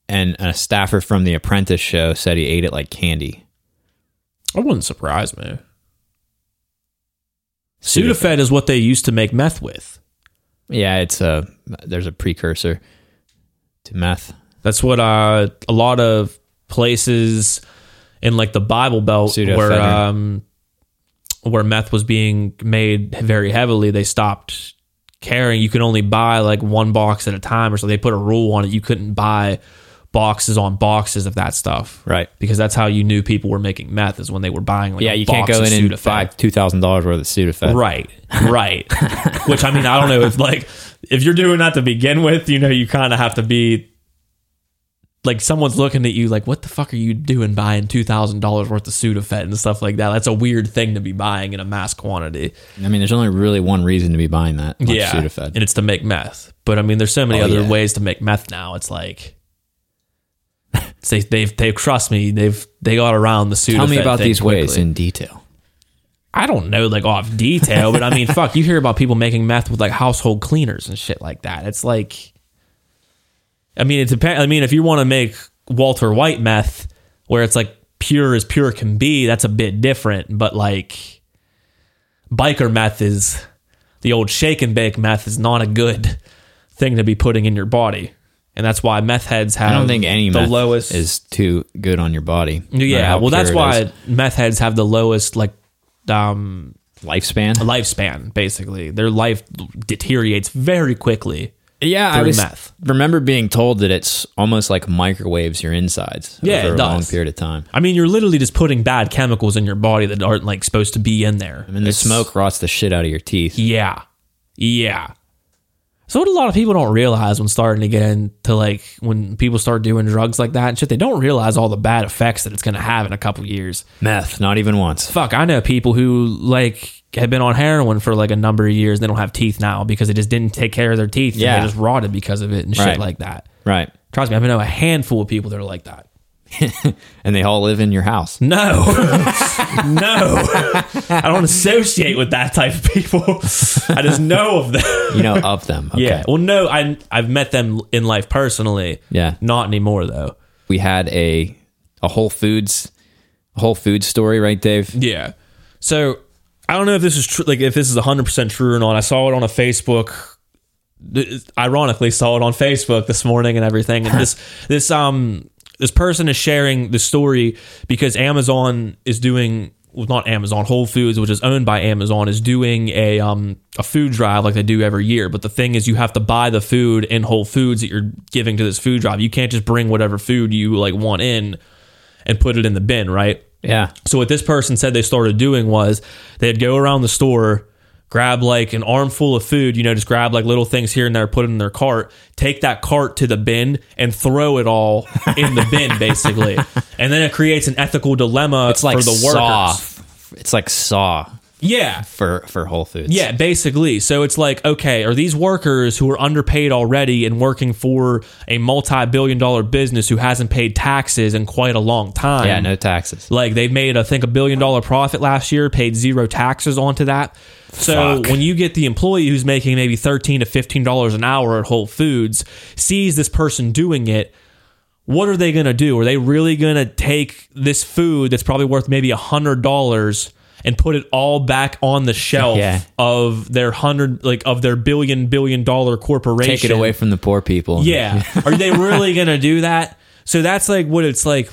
S2: and a staffer from The Apprentice show said he ate it like candy.
S1: I wouldn't surprise me. Sudafed is what they used to make meth with.
S2: Yeah, it's a there's a precursor to meth.
S1: That's what uh, a lot of places in like the Bible Belt
S2: Pseudoephedrine.
S1: where um, where meth was being made very heavily, they stopped carrying. You could only buy like one box at a time, or so they put a rule on it. You couldn't buy boxes on boxes of that stuff,
S2: Right.
S1: Because that's how you knew people were making meth is when they were buying. Like,
S2: Yeah,
S1: a
S2: you can't
S1: box
S2: go
S1: of
S2: in and
S1: Sudafed.
S2: buy two thousand dollars worth of Sudafed.
S1: Right, right. Which I mean, I don't know if like if you're doing that to begin with, you know, you kind of have to be like someone's looking at you like, what the fuck are you doing buying two thousand dollars worth of Sudafed and stuff like that? That's a weird thing to be buying in a mass quantity.
S2: I mean, there's only really one reason to be buying that. much Sudafed.
S1: and it's to make meth. But I mean, there's so many
S2: Oh,
S1: other
S2: yeah.
S1: ways to make meth now. It's like. [LAUGHS] it's- They, they've they trust me they've they got around the Sudafed
S2: Tell me about
S1: thing
S2: these ways
S1: quickly.
S2: in detail.
S1: I don't know like off detail, but I
S2: [LAUGHS]
S1: mean, fuck, you hear about people making meth with like household cleaners and shit like that. It's like, I mean, it depends. I mean, if you want to make Walter White meth, where it's like pure as pure can be, that's a bit different. But like, biker meth is the old shake and bake meth is not a good thing to be putting in your body, and that's why meth heads have.
S2: I don't think any
S1: Um, the
S2: meth
S1: lowest
S2: is too good on your body. no matter
S1: Yeah,
S2: how
S1: well, that's
S2: pure it
S1: why
S2: is.
S1: meth heads have the lowest like. Um,
S2: lifespan.
S1: lifespan basically their life deteriorates very quickly
S2: Yeah, I
S1: through
S2: was,
S1: meth.
S2: remember being told that it's almost like microwaves your insides
S1: Yeah,
S2: over
S1: it
S2: a long
S1: does.
S2: period of time.
S1: I mean, you're literally just putting bad chemicals in your body that aren't like supposed to be in there.
S2: And the smoke rots the shit out of your teeth.
S1: Yeah. Yeah. So what a lot of people don't realize when starting to get into like when people start doing drugs like that and shit, they don't realize all the bad effects that it's gonna have in a couple years.
S2: Meth, not even once.
S1: Fuck, I know people who like have been on heroin for like a number of years and they don't have teeth now because they just didn't take care of their teeth. Yeah.
S2: Yeah.
S1: they just rotted because of it and shit
S2: Right.
S1: like that.
S2: Right.
S1: Trust me, I know a handful of people that are like that.
S2: And they all live in your house.
S1: No, [LAUGHS] no, I don't associate with that type of people. I just know of them.
S2: You know, of them. Okay.
S1: [LAUGHS] Yeah. Well, no, I I've met them in life personally.
S2: Yeah.
S1: Not anymore though.
S2: We had a a Whole Foods a Whole Foods story, right, Dave?
S1: Yeah. So I don't know if this is true. Like if this is hundred percent true or not. I saw it on a Facebook. Ironically, saw it on Facebook this morning and everything. And this this um this person is sharing the story because Amazon is doing well, not Amazon Whole Foods, which is owned by Amazon, is doing a um a food drive like they do every year. But the thing is, you have to buy the food in Whole Foods that you're giving to this food drive. You can't just bring whatever food you like want in and put it in the bin, right?
S2: Yeah.
S1: So what this person said they started doing was they'd go around the store, grab like an armful of food, you know, just grab like little things here and there, put it in their cart, take that cart to the bin and throw it all in the
S2: [LAUGHS]
S1: bin basically. And then it creates an ethical dilemma
S2: It's like
S1: for the workers.
S2: saw. It's like saw
S1: Yeah.
S2: for for Whole Foods.
S1: Yeah, basically. So it's like, okay, are these workers who are underpaid already and working for a multi-billion dollar business who hasn't paid taxes in quite a long time?
S2: Yeah, no taxes.
S1: Like they've made, I think, a billion dollar profit last year, paid zero taxes onto that. So
S2: Fuck.
S1: when you get the employee who's making maybe thirteen to fifteen dollars an hour at Whole Foods sees this person doing it, what are they gonna do? Are they really gonna take this food that's probably worth maybe a hundred dollars and put it all back on the shelf
S2: Yeah.
S1: of their hundred like of their billion billion dollar corporation?
S2: Take it away from the poor people.
S1: Yeah. Are they really going to do that? So that's like what it's like.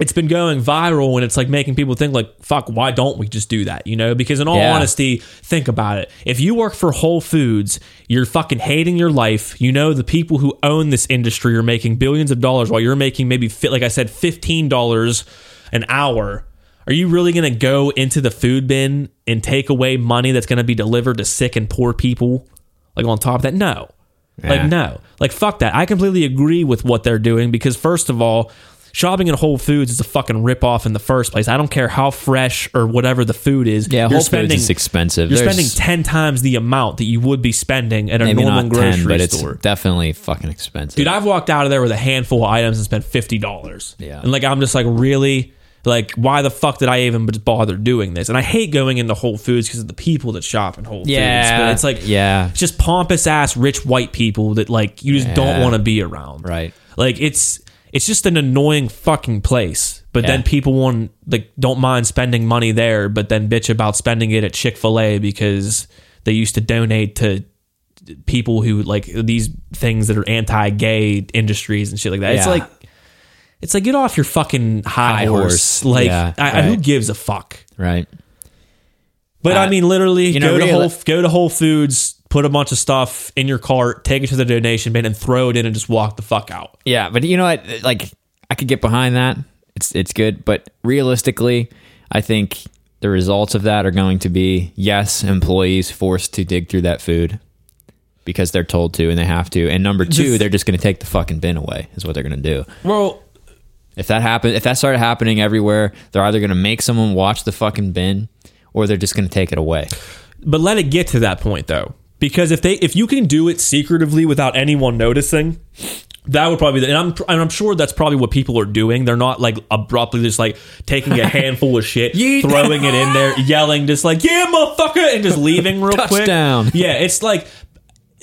S1: It's been going viral and it's like making people think like, fuck, why don't we just do that? You know, because in all
S2: Yeah.
S1: honesty, think about it. If you work for Whole Foods, you're fucking hating your life. You know, the people who own this industry are making billions of dollars while you're making maybe, fi- like I said, $15 an hour. Are you really going to go into the food bin and take away money that's going to be delivered to sick and poor people? Like on top of that? No.
S2: Yeah.
S1: Like, no. Like, fuck that. I completely agree with what they're doing because, first of all, shopping at Whole Foods is a fucking ripoff in the first place. I don't care how fresh or whatever the food is.
S2: Yeah,
S1: you're
S2: Whole Foods is expensive.
S1: You're
S2: There's-
S1: spending 10 times the amount that you would be spending at a
S2: Maybe
S1: normal
S2: not
S1: grocery
S2: ten, but it's
S1: store.
S2: definitely fucking expensive.
S1: Dude, I've walked out of there with a handful of items and spent fifty dollars.
S2: Yeah.
S1: and like I'm just like really like why the fuck did I even bother doing this? And I hate going into Whole Foods because of the people that shop in Whole Foods.
S2: Yeah,
S1: But it's like
S2: yeah.
S1: it's just pompous ass rich white people that like you just
S2: Yeah.
S1: don't want to be around.
S2: Right.
S1: Like it's it's just an annoying fucking place. But
S2: Yeah.
S1: then people want like don't mind spending money there, but then bitch about spending it at Chick Fil A because they used to donate to people who like these things that are anti-gay industries and shit like that. It's
S2: Yeah.
S1: like it's like get off your fucking high,
S2: High
S1: horse.
S2: horse.
S1: Like
S2: Yeah,
S1: I, I- who
S2: right.
S1: gives a fuck?
S2: right.
S1: But
S2: Uh,
S1: I mean, literally,
S2: you know,
S1: go to
S2: real-
S1: Whole go to Whole Foods, put a bunch of stuff in your cart, take it to the donation bin, and throw it in, and just walk the fuck out.
S2: Yeah, but you know what? Like, I could get behind that. It's it's good, but realistically, I think the results of that are going to be yes, employees forced to dig through that food because they're told to and they have to. And number two,
S1: th-
S2: they're just going to take the fucking bin away. Is what they're going to do.
S1: Well,
S2: If that happened, if that started happening everywhere, they're either going to make someone watch the fucking bin, or they're just going to take it away.
S1: but let it get to that point though, because if they if you can do it secretively without anyone noticing, that would probably be. And I'm and I'm sure that's probably what people are doing. They're not like abruptly just like taking a handful of shit,
S2: Yeet.
S1: throwing it in there, yelling just like yeah, motherfucker, and just leaving real quick.
S2: Touchdown.
S1: [LAUGHS] Yeah, it's like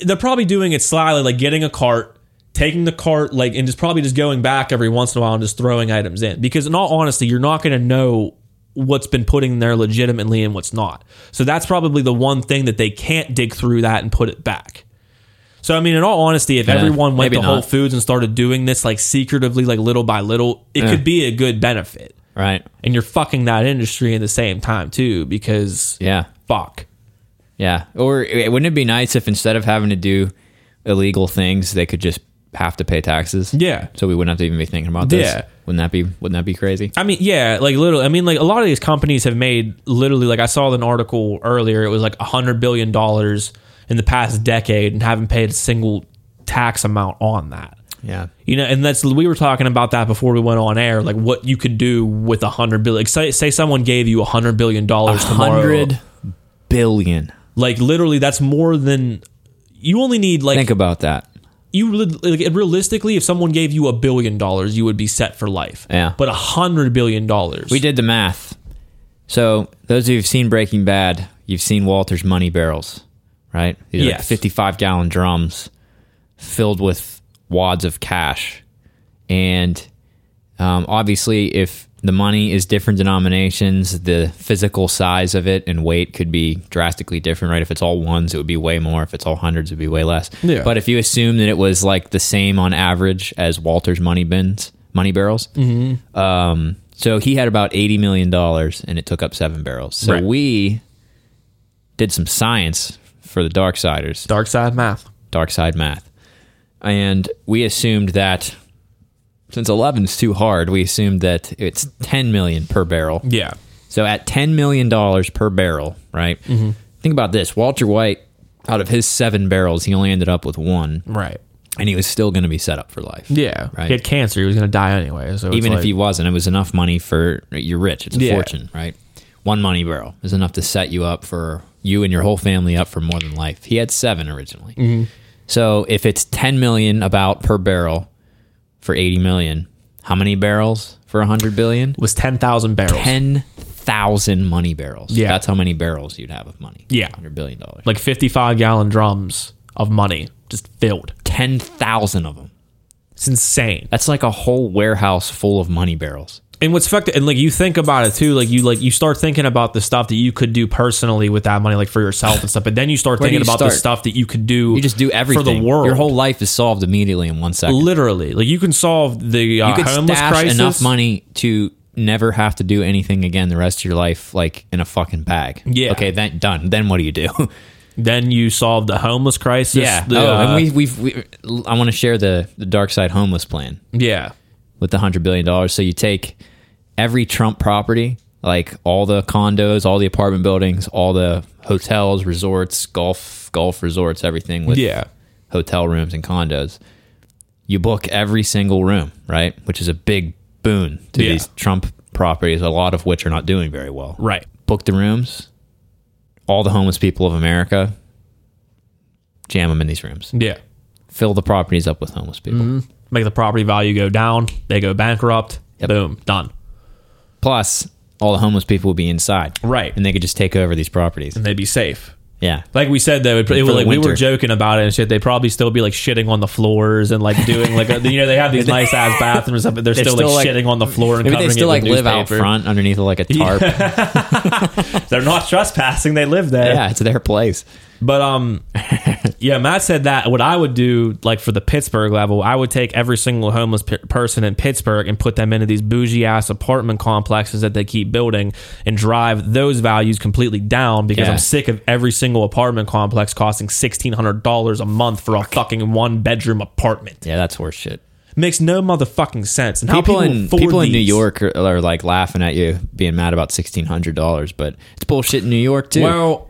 S1: they're probably doing it slyly, like getting a cart, taking the cart, like, and just probably just going back every once in a while and just throwing items in. Because in all honesty, you're not going to know what's been put in there legitimately and what's not. So that's probably the one thing that they can't dig through that and put it back. So I mean, in all honesty, if everyone went
S2: maybe
S1: to Whole
S2: not.
S1: Foods and started doing this like secretively, like little by little, it could be a good benefit.
S2: Right?
S1: And you're fucking that industry at the same time too, because
S2: Yeah.
S1: fuck.
S2: Yeah. Or eh, wouldn't it be nice if instead of having to do illegal things, they could just have to pay taxes.
S1: Yeah.
S2: So we wouldn't have to even be thinking about this.
S1: Yeah.
S2: Wouldn't that be wouldn't that be crazy?
S1: I mean, yeah, like literally. I mean, like a lot of these companies have made literally. Like I saw an article earlier. It was like a hundred billion dollars in the past decade and haven't paid a single tax amount on that.
S2: Yeah.
S1: You know, and that's we were talking about that before we went on air. Like what you could do with a hundred billion. Like, say, say someone gave you a hundred billion dollars tomorrow.
S2: Hundred billion.
S1: Like literally, that's more than you only need. Like
S2: Think about that.
S1: you li- like realistically, if someone gave you a billion dollars, you would be set for life.
S2: Yeah.
S1: but a hundred billion dollars.
S2: We did the math. So those who've seen Breaking Bad, you've seen Walter's money barrels, right? These are like
S1: Yes.
S2: fifty-five gallon drums filled with wads of cash, and um, obviously, if the money is different denominations, the physical size of it and weight could be drastically different, right? If it's all ones, it would be way more. If it's all hundreds, it would be way less.
S1: Yeah.
S2: But if you assume that it was like the same on average as Walter's money bins, money barrels,
S1: Mm-hmm.
S2: um, so he had about eighty million dollars, and it took up seven barrels. So
S1: Right.
S2: we did some science for the Darksiders,
S1: dark side math.
S2: dark side math, and we assumed that since eleven's too hard, we assumed that it's ten million per barrel.
S1: Yeah.
S2: So at ten million dollars per barrel, right?
S1: Mm-hmm.
S2: Think about this: Walter White, out of his seven barrels, he only ended up with one,
S1: Right.
S2: and he was still going to be set up for life.
S1: Yeah.
S2: Right.
S1: He had cancer. He was going to die anyway. So it's
S2: even
S1: like-
S2: if he wasn't, it was enough money for you're rich. It's a
S1: Yeah.
S2: fortune, right? One money barrel is enough to set you up for you and your whole family up for more than life. He had seven originally,
S1: Mm-hmm.
S2: so if it's ten million about per barrel for eighty million, how many barrels for a hundred billion?
S1: was ten thousand barrels,
S2: Ten thousand money barrels.
S1: Yeah.
S2: that's how many barrels you'd have of money.
S1: Yeah.
S2: hundred billion dollars.
S1: like fifty-five gallon drums of money just filled.
S2: ten thousand of them.
S1: It's insane.
S2: That's like a whole warehouse full of money barrels.
S1: And what's fucked, and like you think about it too, like you like you start thinking about the stuff that you could do personally with that money, like for yourself and stuff. But then you start
S2: Where do
S1: thinking
S2: you
S1: about the
S2: start?
S1: stuff that you could do.
S2: You just do everything
S1: for the world.
S2: Your whole life is solved immediately in one second.
S1: literally, like you can solve the uh,
S2: you could
S1: homeless
S2: stash
S1: crisis.
S2: enough money to never have to do anything again the rest of your life, like in a fucking bag.
S1: Yeah.
S2: Okay, then done. Then what do you do? [LAUGHS]
S1: Then you solve the homeless crisis. The,
S2: oh,
S1: uh,
S2: and we, we've. We, I want to share the the dark side homeless plan
S1: yeah.
S2: with the hundred billion dollars. So you take every Trump property, like all the condos, all the apartment buildings, all the hotels, resorts, golf golf resorts, everything with
S1: Yeah.
S2: hotel rooms and condos. You book every single room, right? Which is a big boon to
S1: Yeah.
S2: these Trump properties, a lot of which are not doing very well.
S1: Right.
S2: Book the rooms. All the homeless people of America, jam them in these rooms.
S1: Yeah.
S2: Fill the properties up with homeless people.
S1: Make the property value go down. They go bankrupt. Boom. Done.
S2: Plus, all the homeless people will be inside.
S1: Right.
S2: And they could just take over these properties.
S1: And they'd be safe.
S2: Yeah.
S1: Like we said, though, it, it
S2: For
S1: was
S2: the
S1: like we were
S2: winter.
S1: joking about it and shit. They probably still be like shitting on the floors and like doing like a, you know they have
S2: [LAUGHS]
S1: these nice ass bathrooms up, but they're still,
S2: still,
S1: like,
S2: like-
S1: shitting on the floor and
S2: Maybe
S1: covering
S2: they still
S1: it with
S2: like live out
S1: newspaper.
S2: front underneath like a [LAUGHS] tarp. Yeah,
S1: They're not [LAUGHS] trespassing. They live there.
S2: it's their place.
S1: But um, yeah, Matt said that what I would do like for the Pittsburgh level, I would take every single homeless p- person in Pittsburgh and put them into these bougie ass apartment complexes that they keep building and drive those values completely down because
S2: Yeah.
S1: I'm sick of every single apartment complex costing sixteen hundred dollars a month for a fucking one bedroom apartment.
S2: Yeah, that's horse shit.
S1: Makes no motherfucking sense. And
S2: people
S1: how people
S2: in
S1: afford
S2: people in New
S1: these-
S2: York are, are like laughing at you being mad about sixteen hundred dollars, but it's bullshit in New York too.
S1: Well,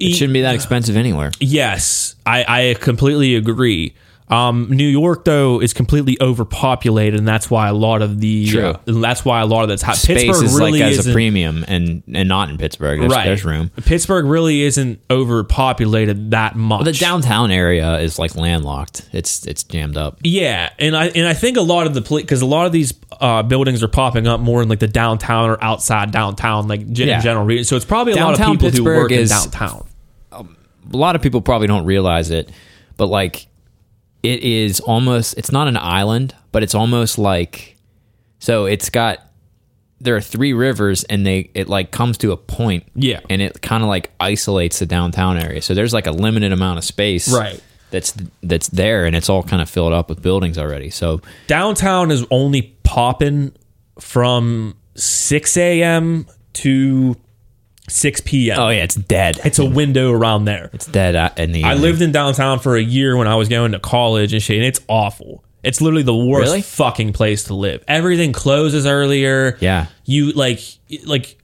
S1: e-
S2: it shouldn't be that expensive anywhere.
S1: Yes, I, I completely agree. Um, New York though is completely overpopulated, and that's why a lot of the uh,
S2: True.
S1: and that's why a lot of that's hot.
S2: Space
S1: Pittsburgh
S2: is
S1: really
S2: like as a
S1: isn't
S2: premium, and and not in Pittsburgh. There's,
S1: right.
S2: there's room.
S1: Pittsburgh really isn't overpopulated that much.
S2: The downtown area is like landlocked. It's it's jammed up.
S1: Yeah, and I and I think a lot of the because a lot of these uh, buildings are popping up more in like the downtown or outside downtown, like gen-
S2: Yeah.
S1: general region. So it's probably a lot of
S2: Downtown
S1: people who
S2: Pittsburgh
S1: work
S2: is-
S1: in downtown.
S2: a lot of people probably don't realize it, but like it is almost it's not an island, but it's almost like so it's got there are three rivers and they it like comes to a point.
S1: Yeah.
S2: And it kind of like isolates the downtown area. So there's like a limited amount of space.
S1: Right.
S2: That's that's there and it's all kind of filled up with buildings already. So
S1: downtown is only popping from 6 a.m. to 6 p.m.
S2: Oh yeah, it's dead.
S1: It's a window around there.
S2: It's dead out in the.
S1: I
S2: evening.
S1: lived in downtown for a year when I was going to college and shit, and it's awful. It's literally the worst
S2: Really?
S1: fucking place to live. Everything closes earlier.
S2: Yeah.
S1: You like like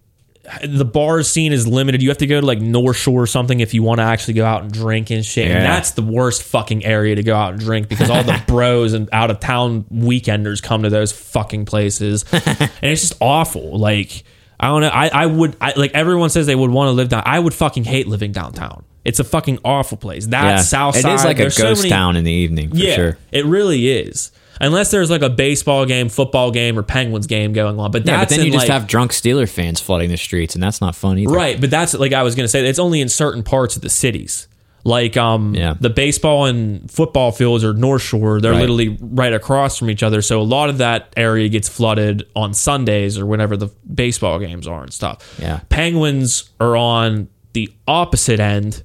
S1: the bar scene is limited. You have to go to like North Shore or something if you want to actually go out and drink and shit.
S2: Yeah.
S1: And that's the worst fucking area to go out and drink because all
S2: [LAUGHS]
S1: the bros and out of town weekenders come to those fucking
S2: [LAUGHS]
S1: places. and it's just awful. Like I don't know. I, I would I, like everyone says they would want to live down. I would fucking hate living downtown. It's a fucking awful place. That
S2: Yeah.
S1: South
S2: It
S1: Side.
S2: is like a
S1: there's
S2: ghost
S1: so many-
S2: town in the evening for
S1: yeah,
S2: sure.
S1: it really is. Unless there's like a baseball game, football game, or Penguins game going on, but that's
S2: Yeah, but then
S1: in,
S2: you just
S1: like-
S2: have drunk Steeler fans flooding the streets, and that's not fun either.
S1: Right, but that's like I was gonna say. It's only in certain parts of the cities. Like um,
S2: Yeah.
S1: the baseball and football fields are North Shore. They're
S2: Right.
S1: literally right across from each other. So a lot of that area gets flooded on Sundays or whenever the baseball games are and stuff.
S2: Yeah.
S1: Penguins are on the opposite end,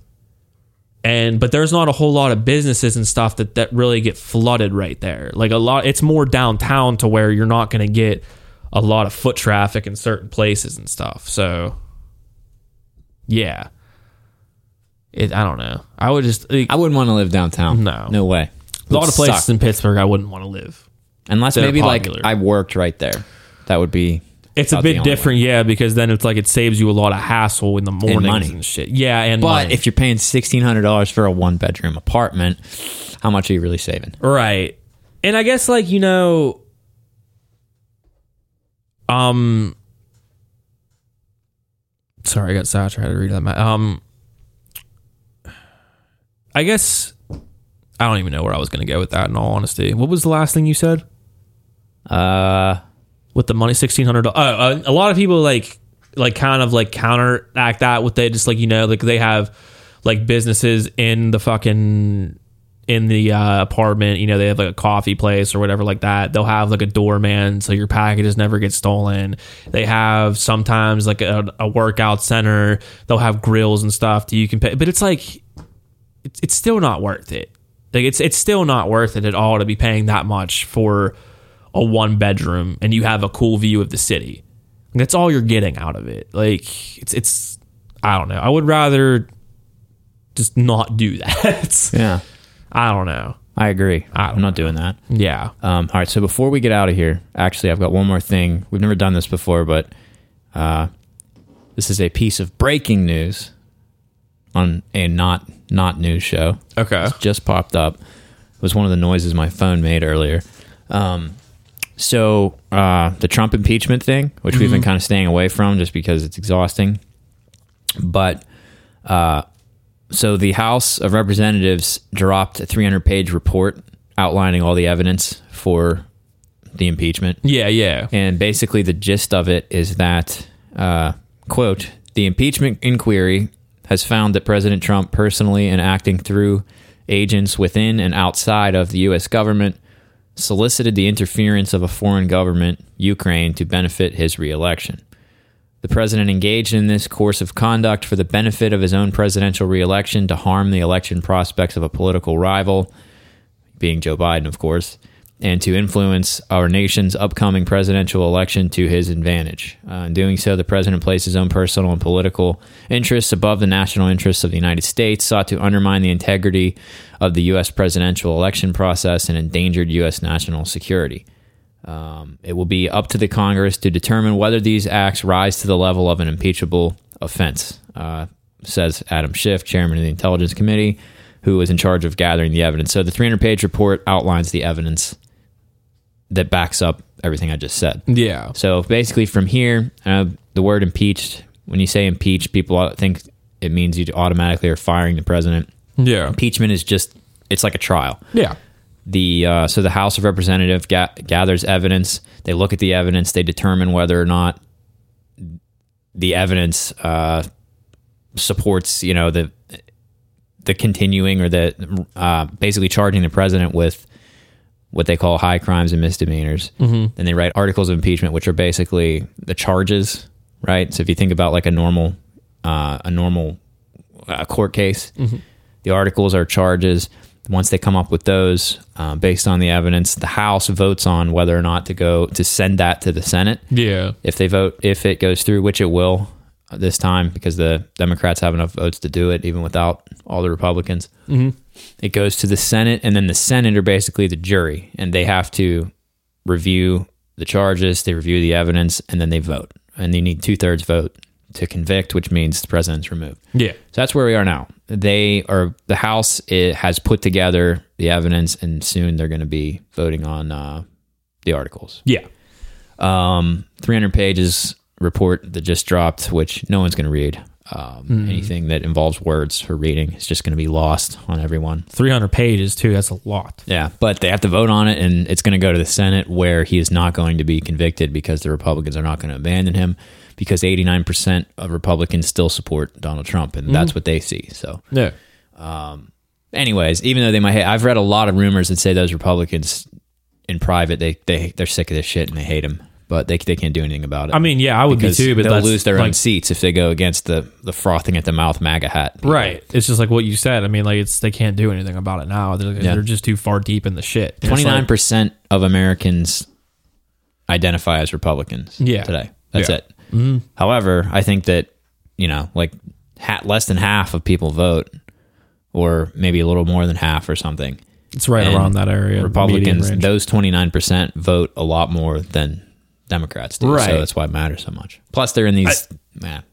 S1: and but there's not a whole lot of businesses and stuff that that really get flooded right there. Like a lot, it's more downtown to where you're not gonna get a lot of foot traffic in certain places and stuff. So yeah. It, I don't know. I would just like,
S2: I wouldn't want to live downtown.
S1: No.
S2: no way.
S1: a lot of places
S2: Suck.
S1: in Pittsburgh I wouldn't want to live.
S2: unless
S1: that are
S2: maybe like
S1: popular.
S2: I worked right there. That would be.
S1: It's a
S2: about the
S1: bit
S2: only one.
S1: different, yeah, because then it's like it saves you a lot of hassle in the mornings and,
S2: money.
S1: shit. Yeah, and
S2: But
S1: money.
S2: if you're paying sixteen hundred dollars for a one bedroom apartment, how much are you really saving?
S1: right, and I guess like you know, um, sorry, I got saturated. Read that. ma- Um, I guess I don't even know where I was going to go with that. In all honesty, what was the last thing you said?
S2: Uh,
S1: with the money sixteen hundred. Oh, uh, a lot of people like like kind of like counteract that with they just like you know like they have like businesses in the fucking in the uh, apartment. You know they have like a coffee place or whatever like that. They'll have like a doorman so your packages never get stolen. They have sometimes like a, a workout center. They'll have grills and stuff that you can pay. But it's like it's it's still not worth it. Like it's it's still not worth it at all to be paying that much for a one bedroom and you have a cool view of the city. That's all you're getting out of it. Like it's it's I don't know. I would rather just not do that. [LAUGHS]
S2: yeah,
S1: I don't know.
S2: I agree. I'm not doing that.
S1: Yeah.
S2: Um, all right, so before we get out of here, actually, I've got one more thing. We've never done this before, but uh, this is a piece of breaking news on a not not news show.
S1: Okay.
S2: It's just popped up. It was one of the noises my phone made earlier. Um, so uh, the Trump impeachment thing, which we've been kind of staying away from just because it's exhausting, but uh, so the House of Representatives dropped a 300 page report outlining all the evidence for the impeachment.
S1: Yeah, yeah.
S2: And basically, the gist of it is that, uh, quote, the impeachment inquiry has found that President Trump personally and acting through agents within and outside of the U.S. government solicited the interference of a foreign government, Ukraine, to benefit his reelection. The president engaged in this course of conduct for the benefit of his own presidential reelection to harm the election prospects of a political rival being Joe Biden, of course, and to influence our nation's upcoming presidential election to his advantage. Uh, in doing so, the president placed his own personal and political interests above the national interests of the United States, sought to undermine the integrity of the U.S. presidential election process, and endangered U.S. national security. Um, it will be up to the Congress to determine whether these acts rise to the level of an impeachable offense, uh, says Adam Schiff, chairman of the Intelligence Committee, who is in charge of gathering the evidence. So the 300 page report outlines the evidence that backs up everything I just said.
S1: Yeah.
S2: So basically, from here, uh, the word impeached, when you say impeach, people think it means you automatically are firing the president.
S1: Yeah.
S2: Impeachment is just, it's like a trial
S1: Yeah.
S2: the uh, so the House of Representative ga- gathers evidence. They look at the evidence. They determine whether or not the evidence uh, supports you know the the continuing or the uh, basically charging the president with what they call high crimes and misdemeanors. Mm-hmm. And they write articles of impeachment, which are basically the charges, right? So if you think about like a normal uh, a normal uh, court case. The articles are charges. Once they come up with those, uh, based on the evidence, the House votes on whether or not to go to send that to the Senate.
S1: Yeah.
S2: If they vote, if it goes through, which it will, uh, this time because the Democrats have enough votes to do it, even without all the Republicans. Mm-hmm. It goes to the Senate, and then the Senate are basically the jury, and they have to review the charges, they review the evidence, and then they vote. And you need two thirds vote to convict, which means the president's removed.
S1: Yeah.
S2: So that's where we are now. They are the House it has put together the evidence, and soon they're going to be voting on uh, the articles
S1: Yeah.
S2: um, 300 pages report that just dropped, which no one's going to read. Um, Anything that involves words for reading is just going to be lost on everyone.
S1: 300 pages, too. That's a lot.
S2: Yeah, but they have to vote on it, and it's going to go to the Senate, where he is not going to be convicted because the Republicans are not going to abandon him because 89% of Republicans still support Donald Trump, and that's what they see. So,
S1: Yeah.
S2: anyways, even though they might hate, I've read a lot of rumors that say those Republicans in private they they they're sick of this shit and they hate him, but they they can't do anything about it.
S1: I mean, yeah, I would be
S2: because
S1: too, but
S2: they'll
S1: that's
S2: lose their own
S1: like-
S2: seats if they go against the the frothing at the mouth MAGA hat. people.
S1: Right. It's just like what you said. I mean, like it's they can't do anything about it now. They're,
S2: Yeah.
S1: they're just too far deep in the shit. It's like-
S2: 29% of Americans identify as Republicans
S1: Yeah.
S2: today. That's
S1: Yeah. Mm-hmm.
S2: it. However, I think that, you know, like ha- less than half of people vote, or maybe a little more than half or something.
S1: it's right
S2: and
S1: around that area. the
S2: Republicans,
S1: median range.
S2: those 29% vote a lot more than Democrats do.
S1: Right.
S2: So that's why it matters so much. Plus, they're in these, man.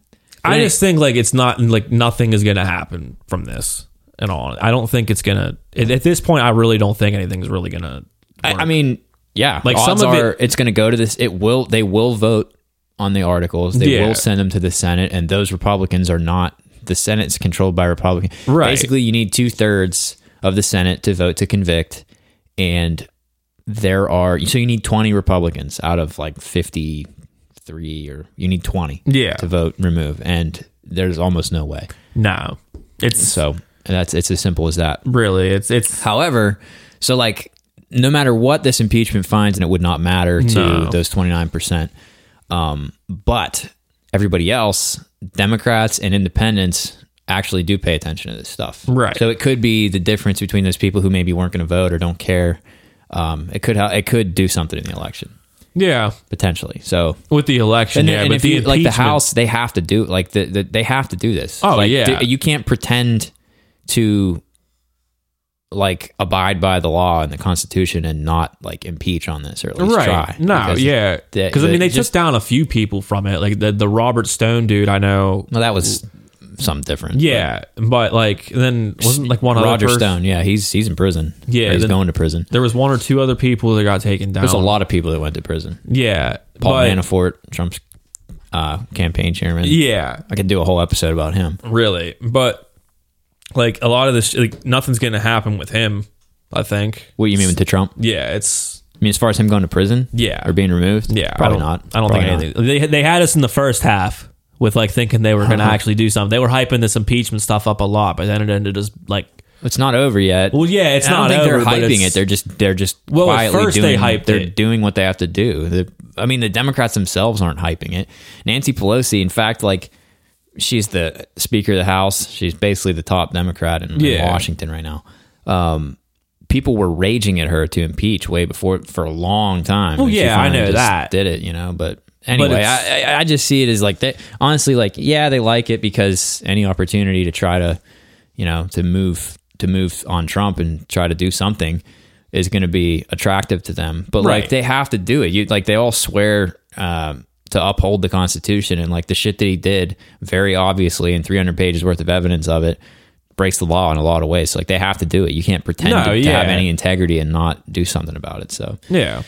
S1: I just think like it's not like nothing is gonna happen from this and all. I don't think it's gonna at, at this point. I really don't think anything's really gonna.
S2: I, I mean, yeah.
S1: Like,
S2: Like
S1: some
S2: odds
S1: of it-
S2: are it's going to go to this. It will. They will vote on the articles. They
S1: Yeah.
S2: will send them to the Senate, and those Republicans are not. The Senate's controlled by Republicans.
S1: Right.
S2: Basically, you need two thirds of the Senate to vote to convict, and there are so you need twenty Republicans out of like fifty three, or you need twenty.
S1: Yeah.
S2: To vote remove, and there's almost no way.
S1: No, it's
S2: So that's it's as simple as that.
S1: really it's it's
S2: However, so like no matter what this impeachment finds, and it would not matter to
S1: No.
S2: those twenty nine percent. Um, but everybody else, Democrats and independents, actually do pay attention to this stuff.
S1: Right.
S2: So it could be the difference between those people who maybe weren't going to vote or don't care. Um, it could ha- it could do something in the election
S1: yeah
S2: potentially. So
S1: with the election.
S2: and,
S1: yeah,
S2: and
S1: but
S2: if
S1: the
S2: you, like the
S1: impeachment-
S2: House, they have to do like the, the they have to do this.
S1: Oh,
S2: Like,
S1: yeah.
S2: d- you can't pretend to like abide by the law and the Constitution and not like impeach on this or at least
S1: right?
S2: try.
S1: no,
S2: Because-
S1: yeah,
S2: the-
S1: because I
S2: the-
S1: mean they
S2: just-
S1: took down a few people from it. Like the the Robert Stone dude, I know.
S2: Well, that was something different.
S1: Yeah, but like then wasn't like one other
S2: Roger
S1: person-
S2: Stone. Yeah, he's he's in prison.
S1: Yeah,
S2: Or he's
S1: then-
S2: going to prison.
S1: There was one or two other people that got taken down.
S2: There's a lot of people that went to prison.
S1: Yeah,
S2: Paul
S1: but-
S2: Manafort, Trump's uh, campaign chairman.
S1: Yeah,
S2: I could do a whole episode about him.
S1: really. But like a lot of this, like nothing's going to happen with him. I think.
S2: What do you mean to Trump? I
S1: Yeah, it's
S2: mean, as far as him going to prison,
S1: Yeah.
S2: or being removed,
S1: yeah.
S2: probably
S1: I don't,
S2: not.
S1: I don't
S2: Probably
S1: think
S2: not.
S1: anything. They they had us in the first half with like thinking they were going to actually do something. They were hyping this impeachment stuff up a lot, but then it ended as like.
S2: It's not over yet.
S1: Well, yeah, it's
S2: And
S1: not
S2: I don't think
S1: over, but
S2: they're hyping
S1: it's-
S2: it. They're just they're just
S1: Well, at
S2: quietly
S1: first
S2: doing.
S1: they hyped
S2: they're
S1: it.
S2: doing what they have to do. The, I mean, the Democrats themselves aren't hyping it. Nancy Pelosi, in fact, like she's the Speaker of the House. She's basically the top Democrat in, in
S1: Yeah.
S2: Washington right now. Um, people were raging at her to impeach way before for a long time.
S1: Well,
S2: and she
S1: yeah, I
S2: finally
S1: know
S2: just
S1: that.
S2: did it, you know, but. Anyway,
S1: it's-
S2: I, I I just see it as like they honestly like yeah they like it because any opportunity to try to you know, to move to move on Trump and try to do something is going to be attractive to them. But
S1: Right.
S2: like they have to do it. You like they all swear um, to uphold the Constitution and like the shit that he did, very obviously, and 300 pages worth of evidence of it breaks the law in a lot of ways. So, like they have to do it. You can't pretend
S1: No,
S2: to, to
S1: yeah.
S2: have any integrity and not do something about it. So
S1: Yeah.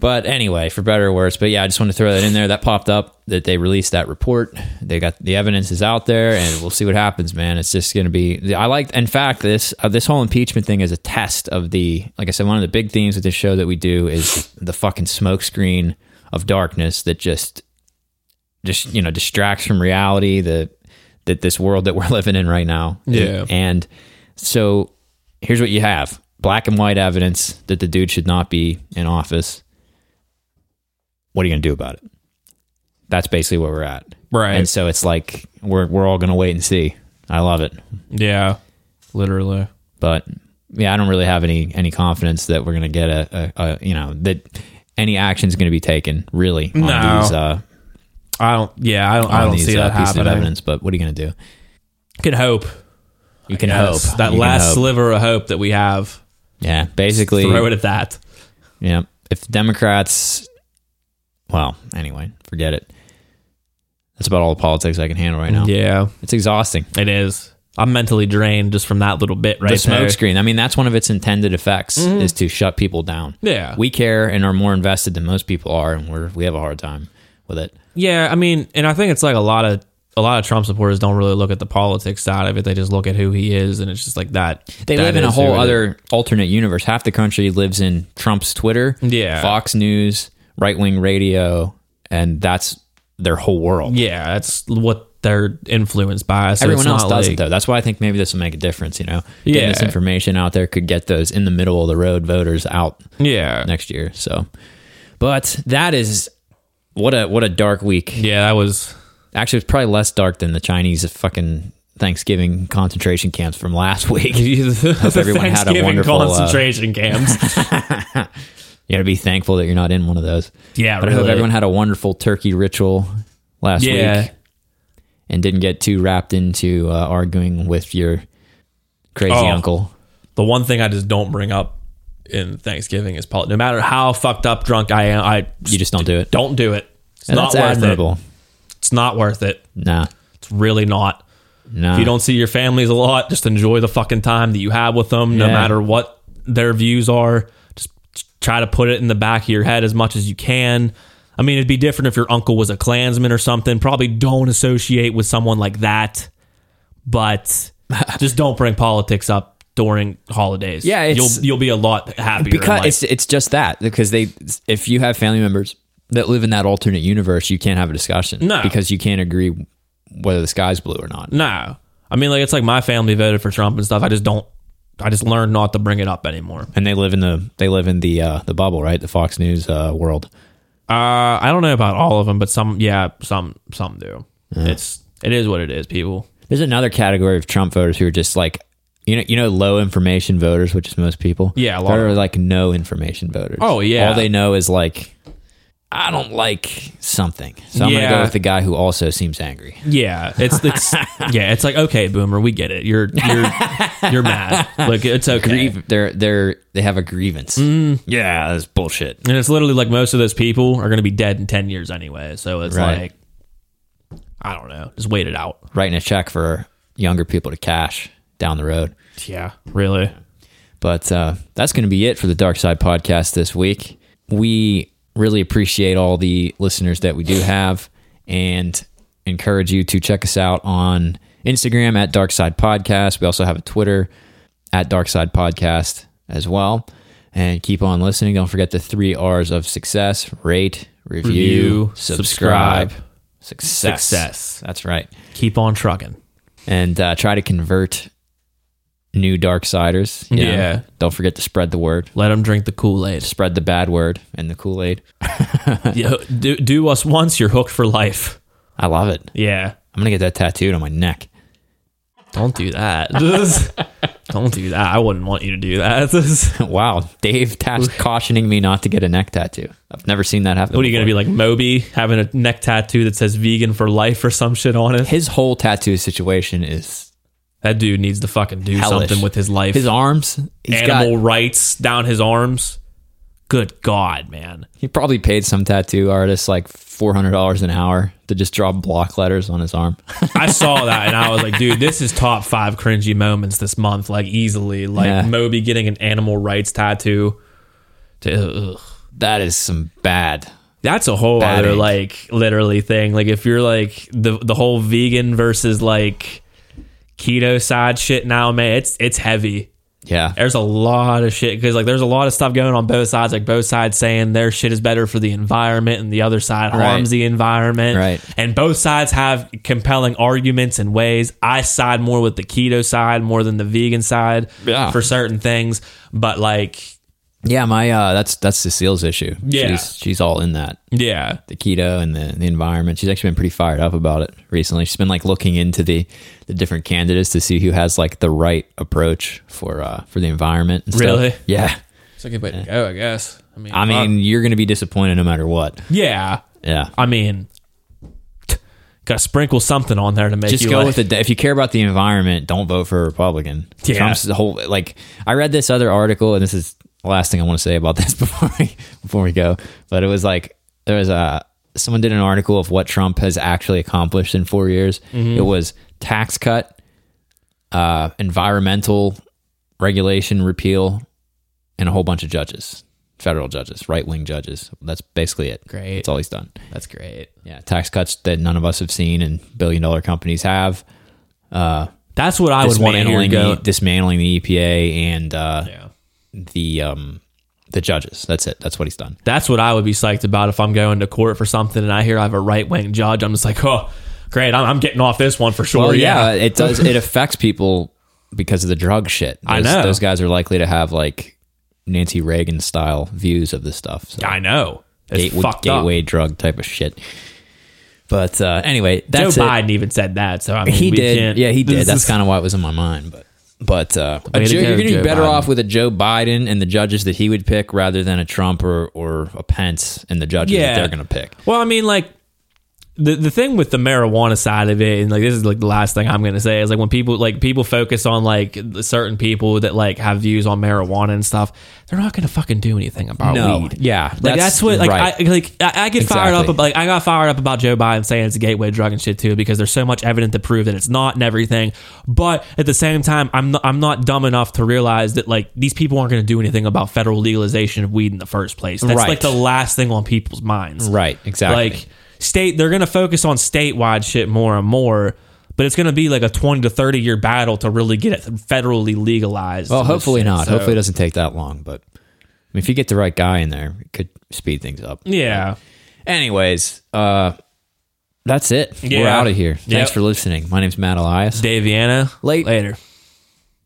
S2: but anyway, for better or worse, but yeah, I just want to throw that in there. That popped up that they released that report. They got the evidence is out there, and we'll see what happens, man. It's just going to be. I like, in fact, this uh, this whole impeachment thing is a test of the. Like I said, one of the big themes with this show that we do is the fucking smokescreen of darkness that just, just you know, distracts from reality. The that this world that we're [LAUGHS] living in right now.
S1: Yeah.
S2: and so here's what you have: black and white evidence that the dude should not be in office what are you going to do about it? That's basically where we're at.
S1: Right.
S2: And so it's like we're we're all going to wait and see. I love it.
S1: Yeah. Literally.
S2: But yeah, I don't really have any any confidence that we're going to get a, a, a you know that any action's going to be taken really on
S1: No.
S2: these uh
S1: I don't. Yeah, I don't. I
S2: on
S1: don't
S2: these,
S1: see
S2: uh,
S1: that
S2: pieces of
S1: happening.
S2: evidence, but what are you going to do?
S1: Can hope.
S2: You can
S1: Yes,
S2: hope
S1: that
S2: You can
S1: last
S2: hope.
S1: sliver of hope that we have.
S2: Yeah, basically,
S1: Throw it at that.
S2: Yeah. If Democrats, well, anyway, forget it. That's about all the politics I can handle right now.
S1: Yeah,
S2: It's exhausting.
S1: it is. I'm mentally drained just from that little bit right
S2: the
S1: there.
S2: smokescreen. I mean, that's one of its intended effects is to shut people down.
S1: Yeah.
S2: We care and are more invested than most people are, and we're we have a hard time with it.
S1: Yeah, I mean, and I think it's like a lot of a lot of Trump supporters don't really look at the politics side of it. They just look at who he is, and it's just like that.
S2: They
S1: that
S2: live in a
S1: is who
S2: whole
S1: it is.
S2: other alternate universe. Half the country lives in Trump's Twitter,
S1: Yeah.
S2: Fox News, right wing radio, and that's their whole world.
S1: Yeah, that's what they're influenced by. So
S2: Everyone
S1: it's
S2: else
S1: not
S2: doesn't
S1: like-
S2: though. That's why I think maybe this will make a difference. You know, getting this
S1: Yeah.
S2: information out there could get those in the middle of the road voters out
S1: Yeah,
S2: next year. So, but that is what a what a dark week.
S1: yeah, that
S2: [LAUGHS]
S1: was
S2: Actually, it's probably less dark than the Chinese fucking Thanksgiving concentration camps from last week. [LAUGHS] you
S1: hope
S2: everyone had a wonderful, uh,
S1: concentration camps.
S2: got to be thankful that you're not in one of those.
S1: Yeah,
S2: But I hope
S1: really.
S2: everyone had a wonderful turkey ritual last
S1: Yeah.
S2: week and didn't get too wrapped into uh, arguing with your crazy
S1: Oh.
S2: uncle.
S1: [LAUGHS] the one thing I just don't bring up in Thanksgiving is politics. No matter how fucked up drunk I am, I
S2: You just don't do it.
S1: don't do it. It's
S2: And
S1: not
S2: that's
S1: worth
S2: admirable.
S1: it. It's not worth it.
S2: Nah,
S1: It's really not.
S2: nah.
S1: If you don't see your families a lot, just enjoy the fucking time that you have with them, no
S2: Yeah.
S1: matter what their views are. Just try to put it in the back of your head as much as you can. I mean, it'd be different if your uncle was a Klansman or something. Probably don't associate with someone like that,
S2: [LAUGHS]
S1: but just don't bring politics up during holidays.
S2: Yeah,
S1: you'll
S2: it's-
S1: you'll be a lot happier. in
S2: because
S1: life.
S2: it's it's just that because they if you have family members that live in that alternate universe, you can't have a discussion.
S1: No.
S2: because you can't agree whether the sky's blue or not.
S1: no, I mean, like it's like my family voted for Trump and stuff. I just don't. I just learned not to bring it up anymore.
S2: And they live in the they live in the uh, the bubble, right? The Fox News uh, world.
S1: Uh, I don't know about all of them, but some, yeah, some, some do. It's it is what it is, people.
S2: There's another category of Trump voters who are just like. You know, you know, low information voters, which is most people.
S1: Yeah, a lot
S2: there
S1: of-
S2: are like no information voters.
S1: Oh, yeah.
S2: all they know is like, I don't like something, so I'm gonna
S1: Yeah.
S2: go with the guy who also seems angry.
S1: Yeah, it's
S2: [LAUGHS]
S1: it's yeah, it's like okay, boomer, we get it. You're you're you're mad. Like it's okay.
S2: grieve they're they're they have a grievance. Yeah, that's bullshit.
S1: And it's literally like most of those people are going to be dead in ten years anyway. So it's
S2: Right.
S1: like I don't know, just wait it out.
S2: Writing a check for younger people to cash down the road.
S1: Yeah, really.
S2: But uh, that's going to be it for the Dark Side podcast this week. We really appreciate all the listeners that we do have and encourage you to check us out on Instagram at Dark Side Podcast. We also have a Twitter at Dark Side Podcast as well. And keep on listening. Don't forget the three R's of success rate, review,
S1: Review,
S2: subscribe,
S1: subscribe,
S2: success.
S1: success.
S2: That's right
S1: Keep on trucking.
S2: and uh, try to convert new dark siders.
S1: Yeah.
S2: Don't forget to spread the word.
S1: Let them drink the Kool Aid.
S2: [LAUGHS] Spread the bad word and the Kool Aid.
S1: do, do us once, you're hooked for life.
S2: I love it.
S1: Yeah,
S2: I'm gonna get that tattooed on my neck. [LAUGHS]
S1: don't do that. [LAUGHS] don't do that. I wouldn't want you to do that. [LAUGHS]
S2: wow, Dave Tash cautioning me not to get a neck tattoo. I've never seen that happen.
S1: What are you going to be like, Moby, having a neck tattoo that says vegan for life or some shit on it?
S2: His whole tattoo situation is
S1: That dude needs to fucking do
S2: hellish.
S1: something with his life.
S2: His arms. He's
S1: Animal
S2: got.
S1: rights down his arms. Good God, man.
S2: He probably paid some tattoo artist like four hundred dollars an hour to just draw block letters on his arm.
S1: I saw that and I was like, dude, this is top five cringy moments this month, like easily. Like
S2: Yeah.
S1: Moby getting an animal rights tattoo. To, ugh.
S2: that is some bad.
S1: That's a whole
S2: Bad
S1: other
S2: ink.
S1: like literally thing. Like if you're like the the whole vegan versus like keto side shit now, man, it's it's heavy.
S2: Yeah.
S1: there's a lot of shit because like there's a lot of stuff going on both sides like both sides saying their shit is better for the environment and the other side harms
S2: Right.
S1: the environment
S2: Right.
S1: and both sides have compelling arguments and ways i side more with the keto side more than the vegan side
S2: Yeah.
S1: for certain things but like
S2: Yeah, my uh, that's that's Cecile's issue.
S1: Yeah.
S2: she's, she's all in that
S1: yeah
S2: the keto and the, the environment. She's actually been pretty fired up about it recently. She's been like looking into the the different candidates to see who has like the right approach for uh for the environment. And stuff.
S1: Really?
S2: Yeah.
S1: it's a good way to go Eh. i guess
S2: I mean, you're gonna be disappointed no matter what.
S1: yeah
S2: Yeah.
S1: i mean Gotta sprinkle something on there to make
S2: just
S1: you
S2: go
S1: like-
S2: with the if you care about the environment don't vote for a republican
S1: Yeah.
S2: trump's the whole like i read this other article and this is the last thing i want to say about [LAUGHS] this before we before we go but it was like there was a someone did an article of what trump has actually accomplished in four years
S1: Mm-hmm.
S2: it was tax cut uh environmental regulation repeal and a whole bunch of judges federal judges right-wing judges that's basically it
S5: Great.
S2: that's all he's done
S5: That's great.
S2: yeah, tax cuts that none of us have seen and billion dollar companies have.
S1: That's what I would want to hear
S2: Dismantling
S1: go.
S2: the, dismantling the EPA and uh,
S1: Yeah.
S2: the um, the judges. That's it. That's what he's done.
S1: That's what I would be psyched about if I'm going to court for something and I hear I have a right wing judge. I'm just like, oh, great, I'm, I'm getting off this one for sure.
S2: Well, yeah, it
S1: [LAUGHS]
S2: does. It affects people because of the drug shit.
S1: I
S2: Those-
S1: know.
S2: those guys are likely to have like Nancy Reagan style views of this stuff. So.
S1: I know. It's
S2: Gateway,
S1: fucked
S2: gateway
S1: up.
S2: drug type of shit. But uh, anyway, that's
S1: Joe
S2: it.
S1: Biden even said that. So I mean,
S2: he
S1: we
S2: did.
S1: can't-
S2: yeah, he did.
S1: This
S2: That's
S1: is-
S2: kind of why it was in my mind. But but uh, a
S1: Way to
S2: Joe,
S1: go,
S2: you're going to
S1: Joe
S2: be better
S1: Biden.
S2: off with a Joe Biden and the judges that he would pick rather than a Trump or or a Pence and the judges
S1: Yeah.
S2: that they're going to pick.
S1: Well, I mean, like the the thing with the marijuana side of it, and like this is like the last thing I'm gonna say is like when people like people focus on like certain people that like have views on marijuana and stuff, they're not gonna fucking do anything about
S2: No.
S1: weed.
S2: Yeah,
S1: like that's,
S2: that's
S1: what like
S2: right.
S1: I like I, I get fired up
S2: Exactly.
S1: about like I got fired up about Joe Biden saying it's a gateway drug and shit too because there's so much evidence to prove that it's not and everything. But at the same time, I'm not, I'm not dumb enough to realize that like these people aren't gonna do anything about federal legalization of weed in the first place. That's
S2: Right.
S1: like the last thing on people's minds.
S2: Right, exactly.
S1: Like state, they're going to focus on statewide shit more and more, but it's going to be like a twenty to thirty year battle to really get it federally legalized.
S2: Well,
S1: and
S2: hopefully
S1: shit,
S2: not.
S1: so-
S2: Hopefully it doesn't take that long. But I mean, if you get the right guy in there, it could speed things up.
S1: Yeah.
S2: Anyways, uh, that's it. We're
S1: Yeah.
S2: out of here. Thanks
S1: Yep.
S2: for listening. My name's Matt Elias.
S1: Daviana.
S2: Late.
S1: Later.